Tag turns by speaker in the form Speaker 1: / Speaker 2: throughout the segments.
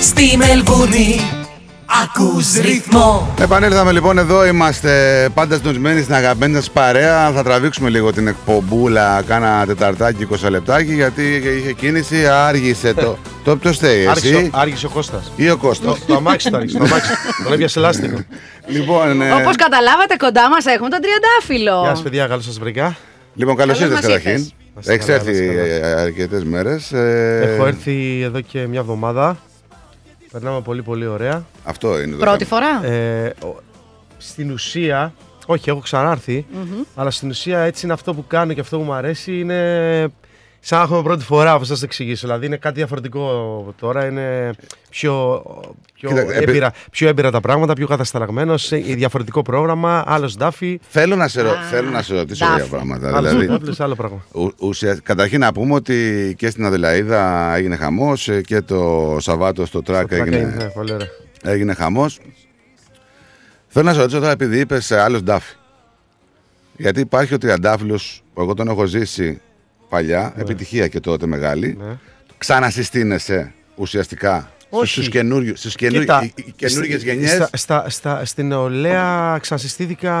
Speaker 1: στη Μελβούνι Ακούς ρυθμό
Speaker 2: Επανήλθαμε λοιπόν εδώ, είμαστε πάντα συντονισμένοι στην αγαπημένη σας παρέα. Θα τραβήξουμε λίγο την εκπομπούλα, κάνα τεταρτάκι, 20 λεπτάκι, γιατί είχε κίνηση, άργησε το... το ποιος θέλει,
Speaker 3: Άρχισε,
Speaker 2: εσύ
Speaker 3: ο- άργησε ο Κώστας.
Speaker 2: ή ο Κώστος.
Speaker 3: Το, το αμάξι το άργησε, το αμάξι. Τον έπιασε λάστιχο.
Speaker 2: λοιπόν, ε,
Speaker 4: Όπως καταλάβατε, κοντά μας έχουμε τον Τριαντάφυλλο.
Speaker 3: Γεια σας παιδιά, καλώς σας βρήκα.
Speaker 2: λοιπόν καλώς
Speaker 4: καλώς
Speaker 2: ήρθες
Speaker 4: μας
Speaker 2: καταρχήν.
Speaker 4: ήρθες.
Speaker 3: Να σε
Speaker 2: Έχεις
Speaker 3: καλά, να
Speaker 2: έρθει
Speaker 3: σε καλά.
Speaker 2: ε, αρκετές μέρες. ε,
Speaker 3: Έχω έρθει εδώ και μια εβδομάδα. Περνάμε πολύ πολύ ωραία.
Speaker 2: Αυτό είναι το
Speaker 4: Πρώτη
Speaker 2: θέμα.
Speaker 4: φορά.
Speaker 3: Ε, ο- στην ουσία, όχι έχω ξανάρθει, αλλά στην ουσία έτσι είναι αυτό που κάνω και αυτό που μου αρέσει είναι σαν να έχουμε πρώτη φορά, όπως σας το εξηγήσω. Δηλαδή είναι κάτι διαφορετικό τώρα, είναι πιο, πιο,
Speaker 2: Κοίτα, επει-
Speaker 3: έμπειρα, πιο έμπειρα τα πράγματα, πιο κατασταλαγμένος, ε, διαφορετικό πρόγραμμα, άλλος Ντάφι,
Speaker 2: Θέλω να σε, ρω...
Speaker 4: Α,
Speaker 2: θέλω να σε ρωτήσω
Speaker 4: τάφη.
Speaker 2: δύο πράγματα.
Speaker 3: άλλος
Speaker 2: δηλαδή,
Speaker 3: Ντάφιλος, άλλο πράγμα.
Speaker 2: Ο- ουσια- Καταρχήν να πούμε ότι και στην Αδελαίδα έγινε χαμός ε, και το Σαββάτο στο τρακ
Speaker 3: Πλάκα
Speaker 2: έγινε,
Speaker 3: είναι, ναι, πολύ ωραία.
Speaker 2: έγινε χαμός. Θέλω να σε ρωτήσω τώρα επειδή είπες άλλο Ντάφη. Γιατί υπάρχει ο Τριαντάφυλλος, που εγώ τον έχω ζήσει παλιά, επιτυχία και τότε μεγάλη.
Speaker 3: Ναι.
Speaker 2: Ξανασυστήνεσαι ουσιαστικά
Speaker 3: Όχι.
Speaker 2: στους καινούριου, στους καινούριου,
Speaker 3: Κοίτα,
Speaker 2: οι- οι καινούργιες
Speaker 3: σ-
Speaker 2: γενιές.
Speaker 3: Στα, στα, στα, στην νεολαία ξανασυστήθηκα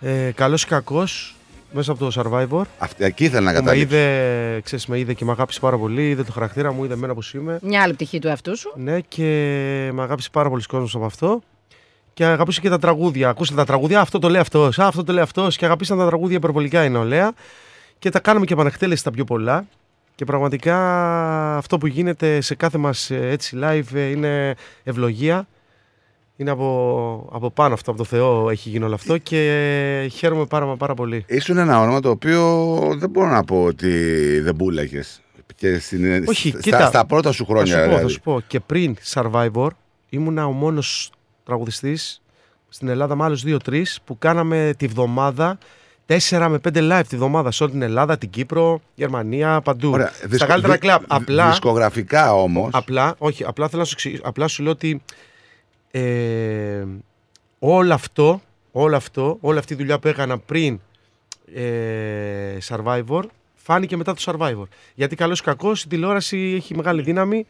Speaker 3: ε, καλός ή κακός μέσα από το Survivor.
Speaker 2: Αυτή, εκεί ήθελα να
Speaker 3: Που με
Speaker 2: καταλήξω.
Speaker 3: είδε, ξέρεις, με είδε και με αγάπησε πάρα πολύ, είδε το χαρακτήρα μου, είδε εμένα πώς είμαι.
Speaker 4: Μια άλλη πτυχή του εαυτού σου.
Speaker 3: Ναι, και με αγάπησε πάρα πολλοί κόσμος από αυτό. Και αγαπούσε και τα τραγούδια. Ακούσαν τα τραγούδια, «Α, αυτό το λέει αυτός, αυτό το λέει αυτός. Και αγαπήσαν τα τραγούδια υπερβολικά η νεολαία. Και τα κάνουμε και επανεκτέλεση τα πιο πολλά. Και πραγματικά αυτό που γίνεται σε κάθε μας ε, έτσι live ε, είναι ευλογία. Είναι από, από πάνω αυτό, από το Θεό έχει γίνει όλο αυτό και ε, χαίρομαι πάρα, μα πάρα πολύ.
Speaker 2: Ήσουν ένα όνομα το οποίο δεν μπορώ να πω ότι δεν μπούλαγε. Και στην,
Speaker 3: Όχι,
Speaker 2: στα,
Speaker 3: κοίτα.
Speaker 2: στα πρώτα σου χρόνια.
Speaker 3: Θα σου, πω,
Speaker 2: δηλαδή.
Speaker 3: θα σου πω. Και πριν Survivor ήμουνα ο μόνος τραγουδιστής στην Ελλάδα με άλλους δύο-τρεις που κάναμε τη βδομάδα 4 με 5 live τη βδομάδα σε όλη την Ελλάδα, την Κύπρο, Γερμανία, παντού.
Speaker 2: Ωραία,
Speaker 3: Στα
Speaker 2: δισκο-
Speaker 3: καλύτερα
Speaker 2: δι-
Speaker 3: κλαμπ.
Speaker 2: δι-
Speaker 3: Απλά,
Speaker 2: Δισκογραφικά όμως.
Speaker 3: απλά, όχι, απλά θέλω να σου εξηγήσω. Απλά σου λέω ότι ε, όλο αυτό, όλο αυτό, όλη αυτή η δουλειά που έκανα πριν ε, Survivor, φάνηκε μετά το Survivor. Γιατί καλός ή κακός η τηλεόραση έχει μεγάλη δύναμη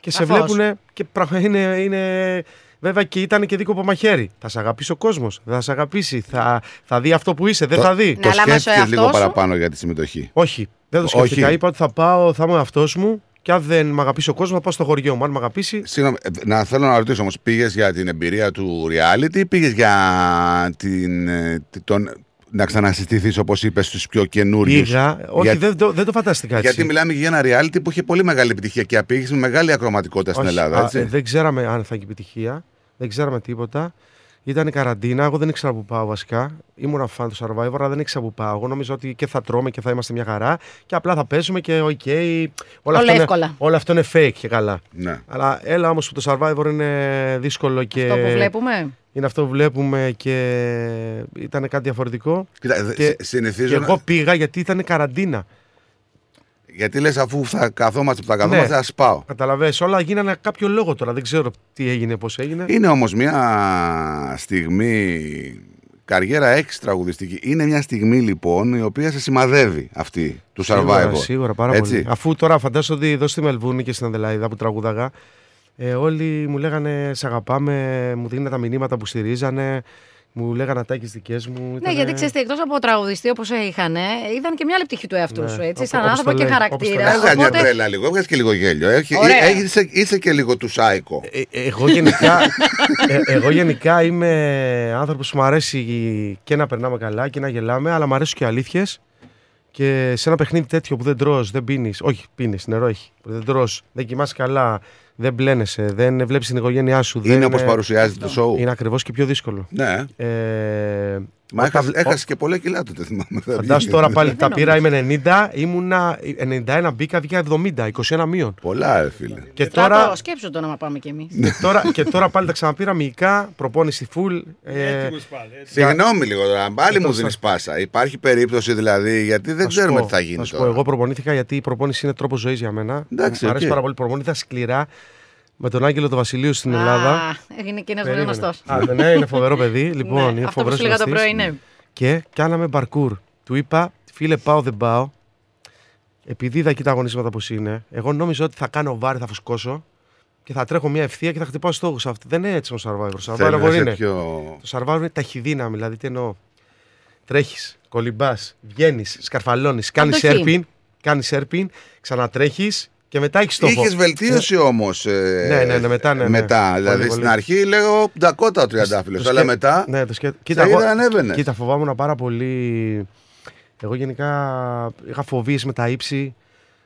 Speaker 3: και σε
Speaker 4: Σαφώς.
Speaker 3: βλέπουν και πραγμα- είναι, είναι... Βέβαια και ήταν και δίκοπο μαχαίρι. Θα σε αγαπήσει ο κόσμος, δεν θα σε αγαπήσει, θα, θα δει αυτό που είσαι, δεν
Speaker 2: Το-
Speaker 3: θα δει.
Speaker 4: Ναι,
Speaker 2: Το
Speaker 4: αλλά μας ο
Speaker 2: σκέφτηκε λίγο
Speaker 4: εαυτός σου.
Speaker 2: παραπάνω για τη συμμετοχή.
Speaker 3: Όχι, δεν το
Speaker 2: Όχι.
Speaker 3: σκέφτηκα. Είπα ότι θα πάω, θα είμαι αυτό μου και αν δεν με αγαπήσει ο κόσμος, θα πάω στο χωριό μου. Αν με αγαπήσει,
Speaker 2: Συγγνώμη, ε, να θέλω να ρωτήσω όμως, πήγες για την εμπειρία του reality ή πήγες για την, ε, τη- τον, να ξανασυστηθείς όπως είπες στους πιο καινούριους.
Speaker 3: πήγα. Όχι,
Speaker 2: Για-
Speaker 3: δεν, το, δεν το φαντάστηκα έτσι.
Speaker 2: Γιατί μιλάμε για ένα reality που είχε πολύ μεγάλη επιτυχία και απήγησε με μεγάλη ακροματικότητα στην
Speaker 3: Όχι,
Speaker 2: Ελλάδα.
Speaker 3: α,
Speaker 2: Έτσι.
Speaker 3: ε, δεν ξέραμε αν θα έχει επιτυχία. Δεν ξέραμε τίποτα. Ήταν η καραντίνα. Εγώ δεν ήξερα που πάω βασικά. Ήμουν φαν του survivor, αλλά δεν ήξερα που πάω. Εγώ νόμιζα ότι και θα τρώμε και θα είμαστε μια χαρά. Και απλά θα πέσουμε και οκ. όλα,
Speaker 4: Όλα
Speaker 3: αυτά είναι,
Speaker 4: εύκολα.
Speaker 3: όλα αυτό είναι fake και καλά.
Speaker 2: Ναι.
Speaker 3: Αλλά έλα όμως που το survivor είναι δύσκολο και.
Speaker 4: Αυτό που βλέπουμε.
Speaker 3: Είναι αυτό που βλέπουμε και ήταν κάτι διαφορετικό.
Speaker 2: Κοίτα, δε-
Speaker 3: Και-
Speaker 2: συ- συνηθίζω
Speaker 3: Και
Speaker 2: να-
Speaker 3: εγώ πήγα γιατί ήταν καραντίνα.
Speaker 2: Γιατί λες, αφού θα καθόμαστε που θα
Speaker 3: Ναι.
Speaker 2: καθόμαστε, ας πάω.
Speaker 3: Καταλαβες, όλα γίνανε κάποιο λόγο τώρα. Δεν ξέρω τι έγινε, πώς έγινε.
Speaker 2: Είναι όμως μια στιγμή καριέρα έξι τραγουδιστική. Είναι μια στιγμή λοιπόν η οποία σε σημαδεύει αυτή του
Speaker 3: Σίγουρα,
Speaker 2: Survivor.
Speaker 3: σίγουρα, πάρα
Speaker 2: Έτσι.
Speaker 3: πολύ. Αφού τώρα φαντάζομαι ότι εδώ στη Μελβούνη και στην Αδελαίδα που τραγούδαγα, ε, όλοι μου λέγανε Σε αγαπάμε, μου δίνανε τα μηνύματα που στηρίζανε, μου λέγανε ατάκες δικές μου.
Speaker 4: Ναι,
Speaker 3: Ήτανε-
Speaker 4: γιατί ξέρετε, εκτός από τραγουδιστή όπω είχαν, είδαν και μια άλλη πτυχή του εαυτού
Speaker 3: Ναι,
Speaker 4: σου. Έτσι,
Speaker 3: όπως-
Speaker 4: σαν
Speaker 3: όπως
Speaker 4: άνθρωπο
Speaker 3: το
Speaker 4: και
Speaker 3: λέει, όπως
Speaker 4: χαρακτήρα.
Speaker 3: το λέει.
Speaker 2: Έβγα μια
Speaker 4: Οπότε
Speaker 2: τρέλα λίγο, έβγα και λίγο γέλιο. Έχει,
Speaker 4: Ωραία.
Speaker 2: ε, έχεις- είσαι, και λίγο του σάικο.
Speaker 3: Ε, ε, εγώ, γενικά, ε, εγώ γενικά είμαι άνθρωπος που μου αρέσει και να περνάμε καλά και να γελάμε, αλλά μου αρέσουν και αλήθειες. Και σε ένα παιχνίδι τέτοιο που δεν τρως, δεν πίνεις, όχι πίνεις, νερό έχει, που δεν τρως, δεν κοιμάσαι καλά, δεν μπλένεσαι, δεν βλέπεις την οικογένειά σου.
Speaker 2: είναι
Speaker 3: δεν
Speaker 2: όπως παρουσιάζεται το σοου.
Speaker 3: Είναι ακριβώς και πιο δύσκολο.
Speaker 2: Ναι.
Speaker 3: Ε,
Speaker 2: Μα
Speaker 3: όταν-
Speaker 2: έχασες, έχασε και πολλά κιλά τότε, θυμάμαι.
Speaker 3: Φαντάσου τώρα πάλι τα
Speaker 4: Δεν
Speaker 3: πήρα, είμαι 90, ήμουνα 91 μπήκα, βγήκα 70, 21 μείον.
Speaker 2: Πολλά, ρε φίλε.
Speaker 3: Και
Speaker 4: τώρα
Speaker 3: τώρα Ναι,
Speaker 4: το σκέψου το να πάμε κι εμείς.
Speaker 3: τώρα, και τώρα πάλι τα ξαναπήρα μυϊκά, προπόνηση full. Ε,
Speaker 2: Συγγνώμη λίγο τώρα, πάλι
Speaker 3: Ε,
Speaker 2: μου
Speaker 3: το
Speaker 2: δίνει
Speaker 3: σα-
Speaker 2: πάσα. Υπάρχει περίπτωση δηλαδή, γιατί δεν
Speaker 3: θα σου
Speaker 2: ξέρουμε
Speaker 3: πω,
Speaker 2: τι θα
Speaker 3: Θα
Speaker 2: γίνει
Speaker 3: σου πω,
Speaker 2: τώρα.
Speaker 3: εγώ προπονήθηκα γιατί η προπόνηση είναι τρόπος ζωής για μένα.
Speaker 2: Εντάξει,
Speaker 3: Μου αρέσει
Speaker 2: οκ.
Speaker 3: πάρα πολύ. Προπονήθηκα σκληρά με τον Άγγελο του Βασιλείου στην ναι, Ελλάδα.
Speaker 4: Α, έγινε και ένας πολύ
Speaker 3: Περίμενε.
Speaker 4: γνωστός.
Speaker 3: Α, δεν- ναι, είναι φοβερό παιδί.
Speaker 4: Ναι,
Speaker 3: Λοιπόν, είναι
Speaker 4: αυτό που
Speaker 3: φοβερός
Speaker 4: σου λέγα το
Speaker 3: γυμναστής.
Speaker 4: πρωί, ναι.
Speaker 3: Και κάναμε μπαρκούρ. Του είπα, φίλε, πάω, δεν πάω. Επειδή είδα εκεί τα αγωνίσματα πώς είναι, εγώ νόμιζα ότι θα κάνω βάρη, θα φουσκώσω. και θα τρέχω μια ευθεία και θα χτυπάω στόχους. Αυτή δεν είναι έτσι ο Survivor.
Speaker 2: Θέλω
Speaker 3: Survivor
Speaker 2: να είσαι
Speaker 3: είναι.
Speaker 2: πιο...
Speaker 3: Το survivor είναι ταχυδύναμη, δηλαδή τι εννοώ. Τρέχεις, κολυμπάς, βγαίνεις, σκαρφαλώνεις, κάνεις
Speaker 4: Αντοχή.
Speaker 3: σέρπιν, κάνει σέρπιν, ξανατρέχεις και μετά έχεις στόχο.
Speaker 2: Είχε βελτίωση όμω.
Speaker 3: Ναι, ναι, ναι, μετά, ναι, ναι.
Speaker 2: Μετά.
Speaker 3: Πολύ,
Speaker 2: δηλαδή
Speaker 3: πολύ.
Speaker 2: στην αρχή λέγω Ντακότα ο τριαντάφυλλο.
Speaker 3: Ναι, Το
Speaker 2: Αλλά
Speaker 3: σκε-
Speaker 2: μετά.
Speaker 3: Ναι, το σκε...
Speaker 2: Κοίτα,
Speaker 3: εγώ-
Speaker 2: ανέβαινε.
Speaker 3: Κοίτα, φοβάμουν πάρα πολύ. Εγώ γενικά είχα φοβίες με τα ύψη,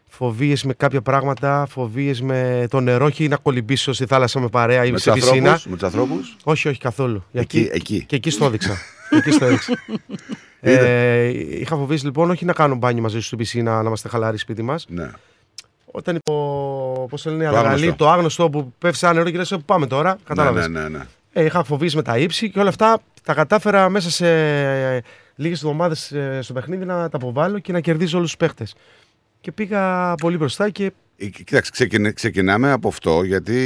Speaker 3: φοβίες με κάποια πράγματα, φοβίες με το νερό. Όχι να κολυμπήσω στη θάλασσα με παρέα ή
Speaker 2: με
Speaker 3: σε
Speaker 2: τους
Speaker 3: πισίνα.
Speaker 2: ανθρώπους. Με τους ανθρώπους.
Speaker 3: Όχι, όχι καθόλου.
Speaker 2: Εκεί, εκεί.
Speaker 3: Και εκεί στο έδειξα. εκεί στο έδειξα. ε, είχα φοβήσει λοιπόν όχι να κάνω μπάνιο μαζί σου στην πισίνα να είμαστε χαλάροι σπίτι μας.
Speaker 2: Ναι.
Speaker 3: Όταν υπό. Πώς το λένε,
Speaker 2: Το
Speaker 3: αλλαγαλή,
Speaker 2: άγνωστο.
Speaker 3: το άγνωστο που πέφτει σαν νερό και λες: Πάμε τώρα. Κατάλαβες.
Speaker 2: Ναι, ναι, ναι.
Speaker 3: Ε, είχα φοβήσει με τα ύψη και όλα αυτά τα κατάφερα μέσα σε ε, λίγες εβδομάδες ε, στο παιχνίδι να τα αποβάλω και να κερδίζω όλους τους παίχτες. Και πήγα πολύ μπροστά και
Speaker 2: Ε, Κοίταξε, ξεκινε- ξεκινάμε από αυτό γιατί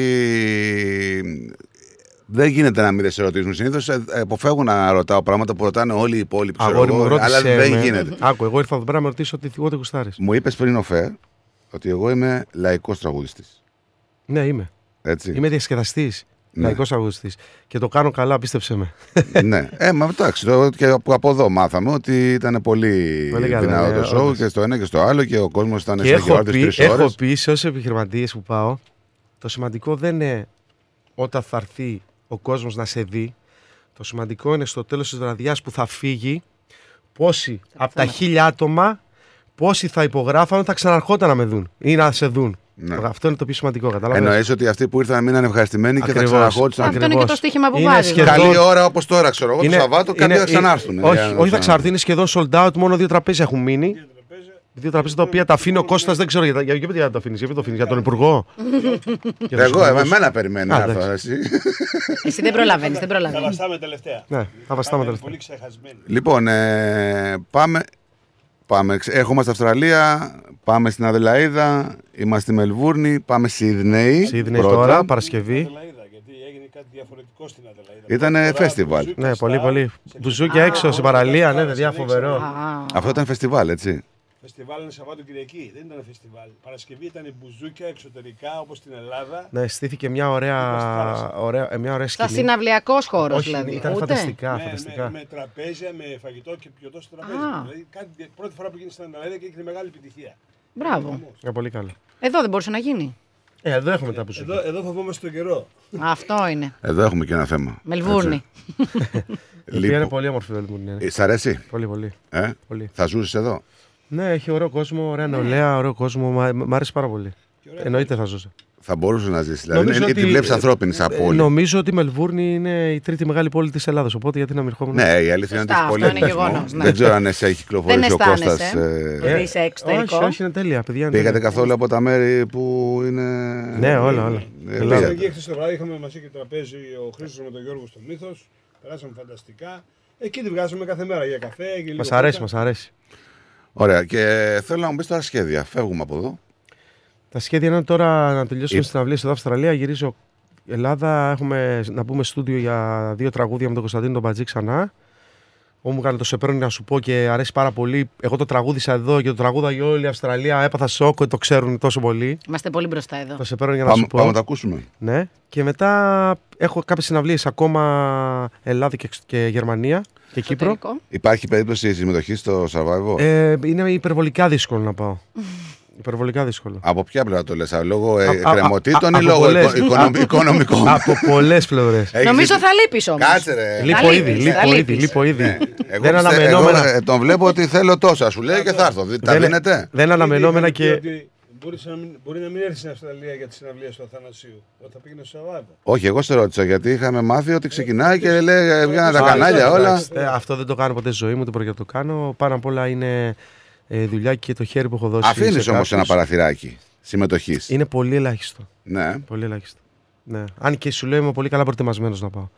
Speaker 2: δεν γίνεται να μην δε σε ρωτήσουν. Συνήθως αποφεύγω να ρωτάω πράγματα που ρωτάνε όλοι οι υπόλοιποι. ξέρω
Speaker 3: αγόρι
Speaker 2: εγώ,
Speaker 3: μου ρώτησε.
Speaker 2: Αλλά δεν
Speaker 3: με.
Speaker 2: γίνεται.
Speaker 3: Άκου, εγώ ήρθα εδώ πέρα να με ρωτήσω ότι εγώ γουστάρεις.
Speaker 2: Μου είπες πριν ο Φε ότι εγώ είμαι λαϊκός τραγουδιστής.
Speaker 3: Ναι, είμαι.
Speaker 2: Έτσι.
Speaker 3: Είμαι διασκεδαστής.
Speaker 2: Ναι.
Speaker 3: Λαϊκός αγωνιστή. Και το κάνω καλά, πίστεψε με.
Speaker 2: ναι. Ε, μα εντάξει, το, και από από εδώ μάθαμε ότι ήταν πολύ,
Speaker 3: Πολύ καλά,
Speaker 2: δυνατό
Speaker 3: ναι,
Speaker 2: το σοου
Speaker 3: όντως.
Speaker 2: και στο ένα και στο άλλο και ο κόσμος ήταν
Speaker 3: και
Speaker 2: σε
Speaker 3: έχω
Speaker 2: γεωάρτε
Speaker 3: πει,
Speaker 2: τρεις ώρε.
Speaker 3: έχω πει σε όσου επιχειρηματίες που πάω, το σημαντικό δεν είναι όταν θα έρθει ο κόσμος να σε δει. Το σημαντικό είναι στο τέλος της βραδιάς που θα φύγει, πόσοι από τα
Speaker 4: πεθάνανε.
Speaker 3: χίλια άτομα, πόσοι θα υπογράφαν, θα ξαναρχόταν να με δουν ή να σε δουν.
Speaker 2: Ναι.
Speaker 3: Αυτό είναι το πιο σημαντικό, κατάλαβε.
Speaker 2: Εννοείς ότι αυτοί που ήρθαν μείναν ευχαριστημένοι και θα
Speaker 3: Ακριβώς. Λοιπόν,
Speaker 2: ξαναχώτησαν.
Speaker 4: Αυτό είναι και το στοίχημα που
Speaker 3: Είναι
Speaker 4: βάζει.
Speaker 3: σχεδόν-
Speaker 2: Καλή
Speaker 3: Εδώ-
Speaker 2: ώρα όπως τώρα, ξέρω εγώ, το Σαββάτο, κάποιοι θα ξανάρθουν.
Speaker 3: Όχι,
Speaker 2: Για να-
Speaker 3: όχι θα ξανάρθουν, είναι σχεδόν sold out, μόνο δύο τραπέζια έχουν μείνει. Δύο τραπέζια τα οποία τα αφήνει ο Κώστας, δεν ξέρω για, τα- για, για, για τα αφήνεις, για ποιο το αφήνεις, για τον Υπουργό. Για τον
Speaker 2: Εγώ,
Speaker 3: Υπουργό.
Speaker 2: ε, εμένα περιμένει
Speaker 3: Α,
Speaker 2: να έρθω.
Speaker 3: εντάξει.
Speaker 2: εσύ.
Speaker 4: Εσύ δεν προλαβαίνεις, δεν προλαβαίνεις.
Speaker 5: Βαστάμε τελευταία.
Speaker 3: Ναι, θα βαστάμε
Speaker 5: Είναι
Speaker 3: τελευταία.
Speaker 5: Πολύ ξεχασμένοι.
Speaker 2: Λοιπόν, ε, πάμε. Πάμε. ξε- Έχουμε στην Αυστραλία, πάμε στην Αδελαίδα, είμαστε στη Μελβούρνη, πάμε Σίδνεϊ.
Speaker 3: Σίδνεϊ
Speaker 2: πρώτα.
Speaker 3: τώρα, Παρασκευή.
Speaker 5: Αδελαίδα, γιατί έγινε κάτι διαφορετικό στην Αδελαίδα.
Speaker 2: Ήτανε
Speaker 5: Πρώτη φορά
Speaker 2: festival.
Speaker 5: μπουζούκια
Speaker 3: Ναι,
Speaker 5: στα-
Speaker 3: πολύ, πολύ.
Speaker 5: σε
Speaker 3: Μπουζούκια έξω στην παραλία, ναι, παιδιά, φοβερό.
Speaker 4: Α,
Speaker 2: Αυτό ήταν φεστιβάλ, έτσι.
Speaker 5: Φεστιβάλ είναι Σαββάτο Κυριακή. Δεν ήταν φεστιβάλ. Παρασκευή ήταν μπουζούκια εξωτερικά όπως στην Ελλάδα.
Speaker 3: Ναι, στήθηκε μια ωραία, ωραία, ε, μια ωραία
Speaker 4: Σαν
Speaker 3: σκηνή.
Speaker 4: συναυλιακός χώρος
Speaker 3: Όχι,
Speaker 4: δηλαδή.
Speaker 3: ήταν
Speaker 4: Ούτε.
Speaker 3: φανταστικά,
Speaker 5: με, με,
Speaker 3: φανταστικά.
Speaker 5: με, τραπέζια, με φαγητό και πιωτό στο
Speaker 4: Α.
Speaker 5: τραπέζι. Δηλαδή, κάτι, πρώτη φορά που γίνει στην Αδελαίδα και έγινε μεγάλη επιτυχία.
Speaker 4: Μπράβο.
Speaker 3: Ε, πολύ καλό.
Speaker 4: Εδώ δεν μπορούσε να γίνει.
Speaker 3: Ε, εδώ έχουμε τα μπουζούκια.
Speaker 5: Εδώ, εδώ φοβόμαστε τον καιρό.
Speaker 4: Αυτό είναι.
Speaker 2: Εδώ έχουμε και ένα θέμα.
Speaker 4: Μελβούρνη.
Speaker 2: Έτσι.
Speaker 3: Η οποία είναι
Speaker 2: Λοιπόν,
Speaker 3: πολύ όμορφη, βέβαια, μου είναι.
Speaker 2: ε, σ' αρέσει,
Speaker 3: Πολύ, πολύ.
Speaker 2: ε?
Speaker 3: Πολύ.
Speaker 2: Θα ζούσες εδώ.
Speaker 3: Ναι, έχει ωραίο κόσμο, ωραία νεολαία, ωραίο κόσμο. Μ' α- Μ' άρεσε πάρα πολύ. Εννοείται θα ζούσα.
Speaker 2: Θα μπορούσε να ζήσει. Δηλαδή,
Speaker 3: Νομίζω
Speaker 2: είναι,
Speaker 3: ότι-
Speaker 2: τη βλέπει ανθρώπινη σαν
Speaker 3: Ε,
Speaker 2: πόλη.
Speaker 3: Νομίζω ότι η Μελβούρνη είναι η τρίτη μεγάλη πόλη της Ελλάδα. Οπότε γιατί να μην ερχόμουν.
Speaker 2: Ναι, η αλήθεια είναι ότι
Speaker 4: Σωστά,
Speaker 2: έχει πολύ
Speaker 4: αυτό είναι
Speaker 2: αριθμό.
Speaker 4: γεγονός, ναι.
Speaker 2: Δεν ξέρω αν εσύ έχει κυκλοφορήσει ο
Speaker 4: Δεν αισθάνεσαι.
Speaker 2: Κώστας. ε,
Speaker 4: Ε, Είσαι εξωτερικό.
Speaker 3: Όχι, όχι, είναι τέλεια, παιδιά. είναι
Speaker 2: Πήγατε
Speaker 3: τέλεια.
Speaker 2: καθόλου από τα μέρη που είναι.
Speaker 3: Ναι, όλα, όλα.
Speaker 2: Ε,
Speaker 3: Ελλάδα.
Speaker 5: Πήγαμε
Speaker 2: πήγατε.
Speaker 5: εκεί χθε το βράδυ, είχαμε μαζί και τραπέζι ο Χρήστος με τον Γιώργο στο Μύθος. Περάσαμε φανταστικά. Εκεί τη βγάζουμε κάθε μέρα για καφέ. και λίγο
Speaker 3: Μας αρέσει,
Speaker 5: βόλτα.
Speaker 3: μας αρέσει.
Speaker 2: Ωραία, και θέλω να μου πεις τώρα σχέδια. Φεύγουμε από εδώ.
Speaker 3: Τα σχέδια είναι τώρα να
Speaker 2: Ε.
Speaker 3: τελειώσουμε στην αυλή στην Αυστραλία. Γυρίζω Ελλάδα. Έχουμε να πούμε στούντιο για δύο τραγούδια με τον Κωνσταντίνο τον Μπατζή ξανά. Όμω μου έκανε το σε παίρνει να σου πω και αρέσει πάρα πολύ. Εγώ το τραγούδισα εδώ και το τραγούδαγε όλη η Αυστραλία. Έπαθα σοκ ότι το ξέρουν τόσο πολύ.
Speaker 4: Είμαστε πολύ μπροστά εδώ.
Speaker 3: Το σε παίρνει για να
Speaker 2: Πάμε,
Speaker 3: σου πω.
Speaker 2: πάμε να τα ακούσουμε.
Speaker 3: Ναι. Και μετά έχω κάποιες συναυλίες ακόμα Ελλάδα και, εξ- και Γερμανία και Κύπρο.
Speaker 4: Εξωτερικό.
Speaker 2: Υπάρχει περίπτωση συμμετοχή στο survival.
Speaker 3: Ε, είναι υπερβολικά δύσκολο να πάω. υπερβολικά δύσκολο.
Speaker 2: Από ποια πλευρά το λες, λόγω
Speaker 3: Α-
Speaker 2: ε,
Speaker 3: α- α-
Speaker 2: εκκρεμωτήτων
Speaker 3: α-
Speaker 2: ή
Speaker 3: από
Speaker 2: λόγω
Speaker 3: πολλές.
Speaker 2: οικο- οικονομ- οικονομικών. Ε,
Speaker 3: Από πολλές πλευρές.
Speaker 2: Έχεις
Speaker 4: Νομίζω
Speaker 2: ζητήσει-
Speaker 4: θα λείπεις όμως.
Speaker 2: Κάτσε ρε.
Speaker 3: Λείπω ήδη,
Speaker 4: λείπεις,
Speaker 3: λείπω
Speaker 4: θα
Speaker 3: ήδη,
Speaker 4: λείπεις.
Speaker 3: λείπω ήδη.
Speaker 2: Ναι. Εγώ
Speaker 3: Δεν
Speaker 2: πιστε-
Speaker 3: αναμενόμενα.
Speaker 2: εγώ, ε, τον βλέπω ότι θέλω τόσα. Σου λέει και θα έρθω. Δι- Τα
Speaker 3: δεν-
Speaker 2: δίνετε. Ε,
Speaker 3: Δεν αναμενόμενα
Speaker 5: Ήδη είχαμε
Speaker 3: και.
Speaker 5: πει ότι μπορείς να μην- Μπορεί να μην έρθεις στην Αυστραλία για τη συναυλία του Αθανασίου όταν θα πήγαινε στο Σαββάτο.
Speaker 2: Όχι, εγώ σε ρώτησα γιατί είχαμε μάθει ότι ξεκινάει και λέει ε, βγαίναν τα
Speaker 5: Α,
Speaker 2: κανάλια
Speaker 5: εντάξει,
Speaker 2: όλα.
Speaker 5: εντάξει.
Speaker 3: Ε, Αυτό δεν το κάνω ποτέ στη ζωή μου, δεν πρόκειται να το κάνω. Πάνω απ' όλα είναι ε, δουλειά και το χέρι που έχω δώσει.
Speaker 2: Αφήνεις
Speaker 3: σε
Speaker 2: όμως
Speaker 3: κάποιους.
Speaker 2: ένα παραθυράκι συμμετοχής.
Speaker 3: Είναι πολύ ελάχιστο.
Speaker 2: Ναι.
Speaker 3: Πολύ ελάχιστο. Ναι. Αν και σου λέω είμαι πολύ καλά προετοιμασμένος να πάω.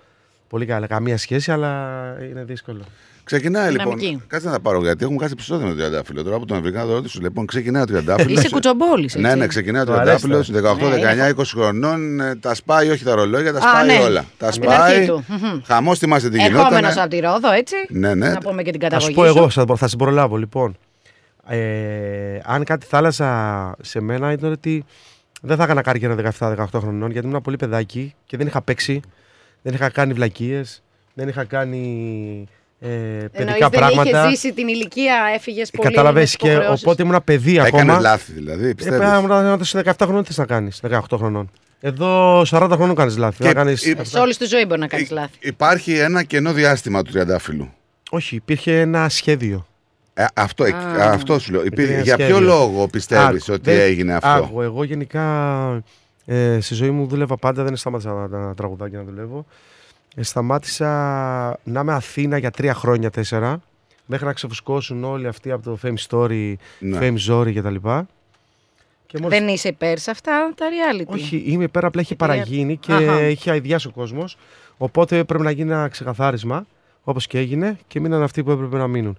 Speaker 3: Πολύ καλά. Καμία σχέση, αλλά είναι δύσκολο.
Speaker 2: Ξεκινάει
Speaker 4: Δυναμική.
Speaker 2: λοιπόν. Κάτσε να τα πάρω γιατί έχουμε χάσει επεισόδιο με το τριαντάφυλλο. Τώρα που τον βρήκα να το ρωτήσω. Λοιπόν, ξεκινάει ο τριαντάφυλλος.
Speaker 4: Είσαι Ναι, κουτσομπόλης.
Speaker 2: Ναι, ναι, ξεκινάει ο
Speaker 3: Μου αρέσει
Speaker 2: τριαντάφυλλο.
Speaker 3: τώρα.
Speaker 2: 18, 19, 20 χρονών. ε, Τα σπάει, όχι τα ρολόγια, τα σπάει
Speaker 4: ναι.
Speaker 2: όλα. Τα
Speaker 4: Απ' την αρχή
Speaker 2: σπάει.
Speaker 4: του. Μμμ.
Speaker 2: Χαμός, θυμάστε τι γινόταν.
Speaker 4: Ερχόμενο από τη Ρόδο, έτσι.
Speaker 2: Ναι, ναι.
Speaker 4: Να πούμε και την
Speaker 3: Θα σου
Speaker 4: καταγωγή.
Speaker 3: πω εγώ, θα, θα σε προλάβω λοιπόν. Ε, αν κάτι θα άλλαζα σε μένα ήταν ότι Δεν θα έκανα καριέρα 17-18 χρονών γιατί ήμουν πολύ παιδάκι και δεν είχα παίξει. Δεν είχα κάνει βλακίες. Δεν είχα κάνει ε,
Speaker 4: Εννοείς
Speaker 3: παιδικά
Speaker 4: δεν είχε
Speaker 3: πράγματα.
Speaker 4: ζήσει την ηλικία, έφυγες πολύ.
Speaker 3: Καταλαβες
Speaker 4: με τις
Speaker 3: και
Speaker 4: υποχρεώσεις.
Speaker 3: οπότε ήμουν παιδί
Speaker 2: Έκανε
Speaker 3: ακόμα.
Speaker 2: λάθη δηλαδή,
Speaker 3: Ε, πρέπει να
Speaker 2: πιστεύει.
Speaker 3: ήμουν σε 17 χρονών τι να κάνει, 18 χρονών. Εδώ 40 χρονών κάνεις λάθη.
Speaker 2: Και
Speaker 3: να κάνεις...
Speaker 2: η-
Speaker 4: Σε όλη τη ζωή μπορεί να κάνει
Speaker 2: Ε,
Speaker 4: λάθη.
Speaker 2: Υπάρχει ένα κενό διάστημα του τριαντάφυλλου.
Speaker 3: Όχι, υπήρχε ένα σχέδιο.
Speaker 2: Ε, αυτό, εκ-
Speaker 4: Α.
Speaker 2: αυτό σου λέω. Υπήρχε-
Speaker 3: Υπήρχε
Speaker 2: για
Speaker 3: ένα
Speaker 2: ποιο
Speaker 3: σχέδιο.
Speaker 2: λόγο πιστεύεις
Speaker 3: Άκου,
Speaker 2: ότι
Speaker 3: δεν-
Speaker 2: έγινε αυτό.
Speaker 3: Άκου, εγώ γενικά ε, στη ζωή μου δούλευα πάντα, δεν σταμάτησα να, να τραγουδάω και να δουλεύω. Ε, σταμάτησα να είμαι Αθήνα για τρία χρόνια, τέσσερα, μέχρι να ξεφουσκώσουν όλοι αυτοί από το Fame Story,
Speaker 2: Ναι.
Speaker 3: Fame Zory κτλ. Και μόλις-
Speaker 4: Δεν είσαι υπέρ σε αυτά τα reality.
Speaker 3: Όχι, είμαι πέρα, απλά είχε
Speaker 4: Επειδή-
Speaker 3: παραγίνει και
Speaker 4: Αχα.
Speaker 3: είχε αειδιάσει ο κόσμος. Οπότε πρέπει να γίνει ένα ξεκαθάρισμα, όπως και έγινε, και μείναν αυτοί που έπρεπε να μείνουν.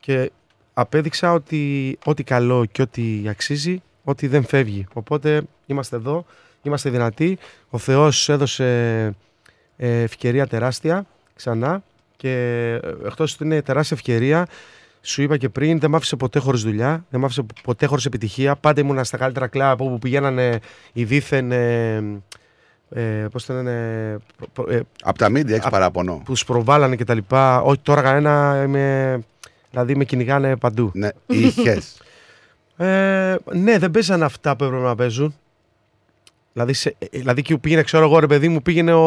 Speaker 3: Και απέδειξα ότι ό,τι καλό και ό,τι αξίζει, ότι δεν φεύγει. Οπότε είμαστε εδώ, είμαστε δυνατοί. Ο Θεός έδωσε ε, ευκαιρία τεράστια ξανά. Και εκτός ότι είναι τεράστια ευκαιρία, σου είπα και πριν, δεν μ' άφησε ποτέ χωρίς δουλειά, δεν μ' άφησε ποτέ χωρίς επιτυχία. Πάντα ήμουνα στα καλύτερα κλαμπ όπου πηγαίνανε οι δίθεν. Ε, ε, πώς το λένε, προ- προ- ε,
Speaker 2: Από τα μίντια έχει
Speaker 3: Α-
Speaker 2: παράπονο.
Speaker 3: που σπροβάλλανε και τα λοιπά. Όχι, τώρα κανένα είμαι. Δηλαδή με κυνηγάνε παντού.
Speaker 2: Ναι, είχες.
Speaker 3: Ε, ναι, δεν παίζαν αυτά που έπρεπε να παίζουν. Δηλαδή, σε, ε, δηλαδή εκεί που πήγαινε, ξέρω εγώ, ρε παιδί μου, πήγαινε ο,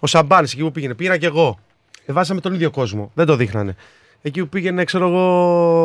Speaker 3: ο Σαμπάνης. Εκεί που πήγαινε, πήγαινα κι εγώ. Ε, βάσαμε τον ίδιο κόσμο. Δεν το δείχνανε. Εκεί που πήγαινε, ξέρω εγώ,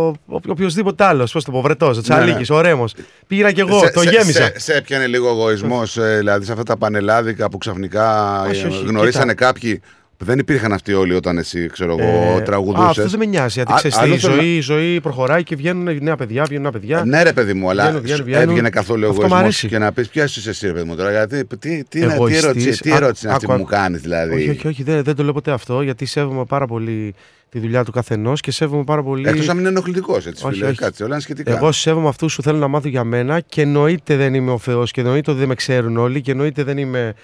Speaker 3: ο- οποιοδήποτε άλλος. Πώς το πω, Βρετός, ο Τσαλίκη, ο Ρέμος. Πήγαινα κι εγώ, το γέμισα.
Speaker 2: Ναι, Σε, σε έπιανε λίγο εγωισμό, δηλαδή σε αυτά τα πανελλάδικα που ξαφνικά
Speaker 3: Όχι,
Speaker 2: ε,
Speaker 3: όχι,
Speaker 2: γνωρίσανε κάποιοι που δεν υπήρχαν αυτοί όλοι όταν εσύ, ξέρω
Speaker 3: Ε,
Speaker 2: εγώ,
Speaker 3: α, Αυτό
Speaker 2: τραγουδούσες.
Speaker 3: δεν με νοιάζει. Γιατί
Speaker 2: Α-
Speaker 3: ξέρεις τι,
Speaker 2: άλλο
Speaker 3: η
Speaker 2: θέλω να-
Speaker 3: ζωή, η ζωή προχωράει και βγαίνουν νέα παιδιά, βγαίνουν νέα παιδιά.
Speaker 2: Ναι, ρε παιδί μου, αλλά
Speaker 3: Βγαίνουν, βγαίνουν,
Speaker 2: σου
Speaker 3: βγαίνουν.
Speaker 2: έβγαινε καθόλου
Speaker 3: Αυτό μ'
Speaker 2: εγωισμό
Speaker 3: αρέσει.
Speaker 2: και να πεις ποιος είσαι εσύ, ρε παιδί μου τώρα. Γιατί, τι, τι, είναι- τι,
Speaker 3: Εγωιστής.
Speaker 2: ερώτηση, τι
Speaker 3: Α,
Speaker 2: ερώτηση είναι αυτή
Speaker 3: άκου,
Speaker 2: που μου
Speaker 3: άκου.
Speaker 2: κάνεις, δηλαδή.
Speaker 3: Όχι, όχι, όχι δεν, δεν το λέω ποτέ αυτό, γιατί σέβομαι πάρα πολύ τη δουλειά του καθενός και σέβομαι πάρα πολύ.
Speaker 2: Εκτός αν είναι ενοχλητικός, έτσι.
Speaker 3: Όχι,
Speaker 2: φίλε,
Speaker 3: όχι.
Speaker 2: κάτσε, όλα είναι σχετικά.
Speaker 3: Εγώ σέβομαι αυτούς που θέλουν να μάθουν για μένα και εννοείται δεν είμαι ο Θεός και εννοείται ότι δεν με ξέρουν όλοι και εννοείται δεν είμαι.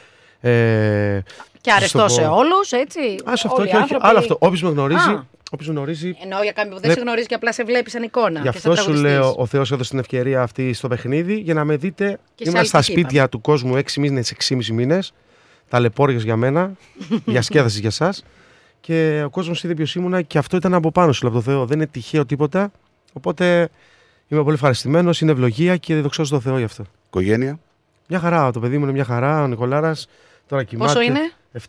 Speaker 3: Ε,
Speaker 4: Και αρεστό
Speaker 3: πώς το
Speaker 4: σε
Speaker 3: πω.
Speaker 4: όλους, έτσι.
Speaker 3: Ας, σε αυτό
Speaker 4: όλοι οι
Speaker 3: και όχι.
Speaker 4: άνθρωποι.
Speaker 3: Άλλο αυτό. Όποιος με γνωρίζει.
Speaker 4: Α. Ε,
Speaker 3: Όποιο με γνωρίζει.
Speaker 4: Εννοώ για κάποιον που δεν
Speaker 3: Ναι.
Speaker 4: σε γνωρίζει και απλά σε βλέπει σαν εικόνα.
Speaker 3: Γι'
Speaker 4: και
Speaker 3: αυτό
Speaker 4: σαν
Speaker 3: σου
Speaker 4: τραγουδιστής.
Speaker 3: λέω: Ο Θεός έδωσε την ευκαιρία αυτή στο παιχνίδι για να με δείτε.
Speaker 4: Και σε
Speaker 3: Ήμουν
Speaker 4: άλλη
Speaker 3: στα
Speaker 4: τυχή,
Speaker 3: σπίτια του κόσμου 6 μήνε, 6,5 μήνε. Ταλαιπώριε για μένα, διασκέδαση για εσά. Και ο κόσμος είδε ποιος ήμουνα και αυτό ήταν από πάνω σου, από το Θεό. Δεν είναι τυχαίο τίποτα. Οπότε είμαι πολύ ευχαριστημένος, είναι ευλογία και δοξάζω τον Θεό γι' αυτό.
Speaker 2: Οικογένεια.
Speaker 3: Μια χαρά, το παιδί μου είναι μια χαρά, ο Νικολάρας. Τώρα κοιμάται.
Speaker 4: Πόσο είναι?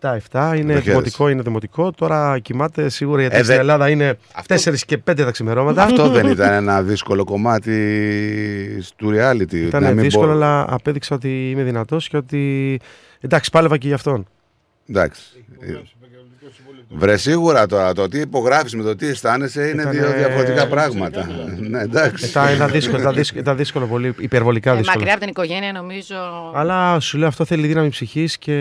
Speaker 3: 7-7, είναι
Speaker 2: Το χαίρεσαι.
Speaker 3: δημοτικό, είναι δημοτικό. Τώρα κοιμάται σίγουρα γιατί
Speaker 2: Ε,
Speaker 3: στην
Speaker 2: δε-
Speaker 3: Ελλάδα είναι
Speaker 2: Αυτό-
Speaker 3: 4 και 5 τα ξημερώματα.
Speaker 2: Αυτό δεν ήταν ένα δύσκολο κομμάτι του reality. να
Speaker 3: Ήταν
Speaker 2: μην
Speaker 3: δύσκολο,
Speaker 2: μπο-
Speaker 3: αλλά απέδειξα ότι είμαι δυνατός και ότι. Εντάξει, πάλευα και γι' αυτόν.
Speaker 2: Εντάξει. Βρε σίγουρα τώρα το τι υπογράφεις με το τι αισθάνεσαι είναι
Speaker 3: Ήτανε-
Speaker 2: δύο διαφορετικά
Speaker 3: Ήτανε
Speaker 2: πράγματα. ναι, εντάξει.
Speaker 3: Ήταν, ήταν δύσκολο, ήταν, δύσκολο, ήταν δύσκολο πολύ, υπερβολικά
Speaker 4: Ε,
Speaker 3: δύσκολο.
Speaker 4: μακριά από την οικογένεια, νομίζω.
Speaker 3: Αλλά σου λέω αυτό θέλει δύναμη ψυχής και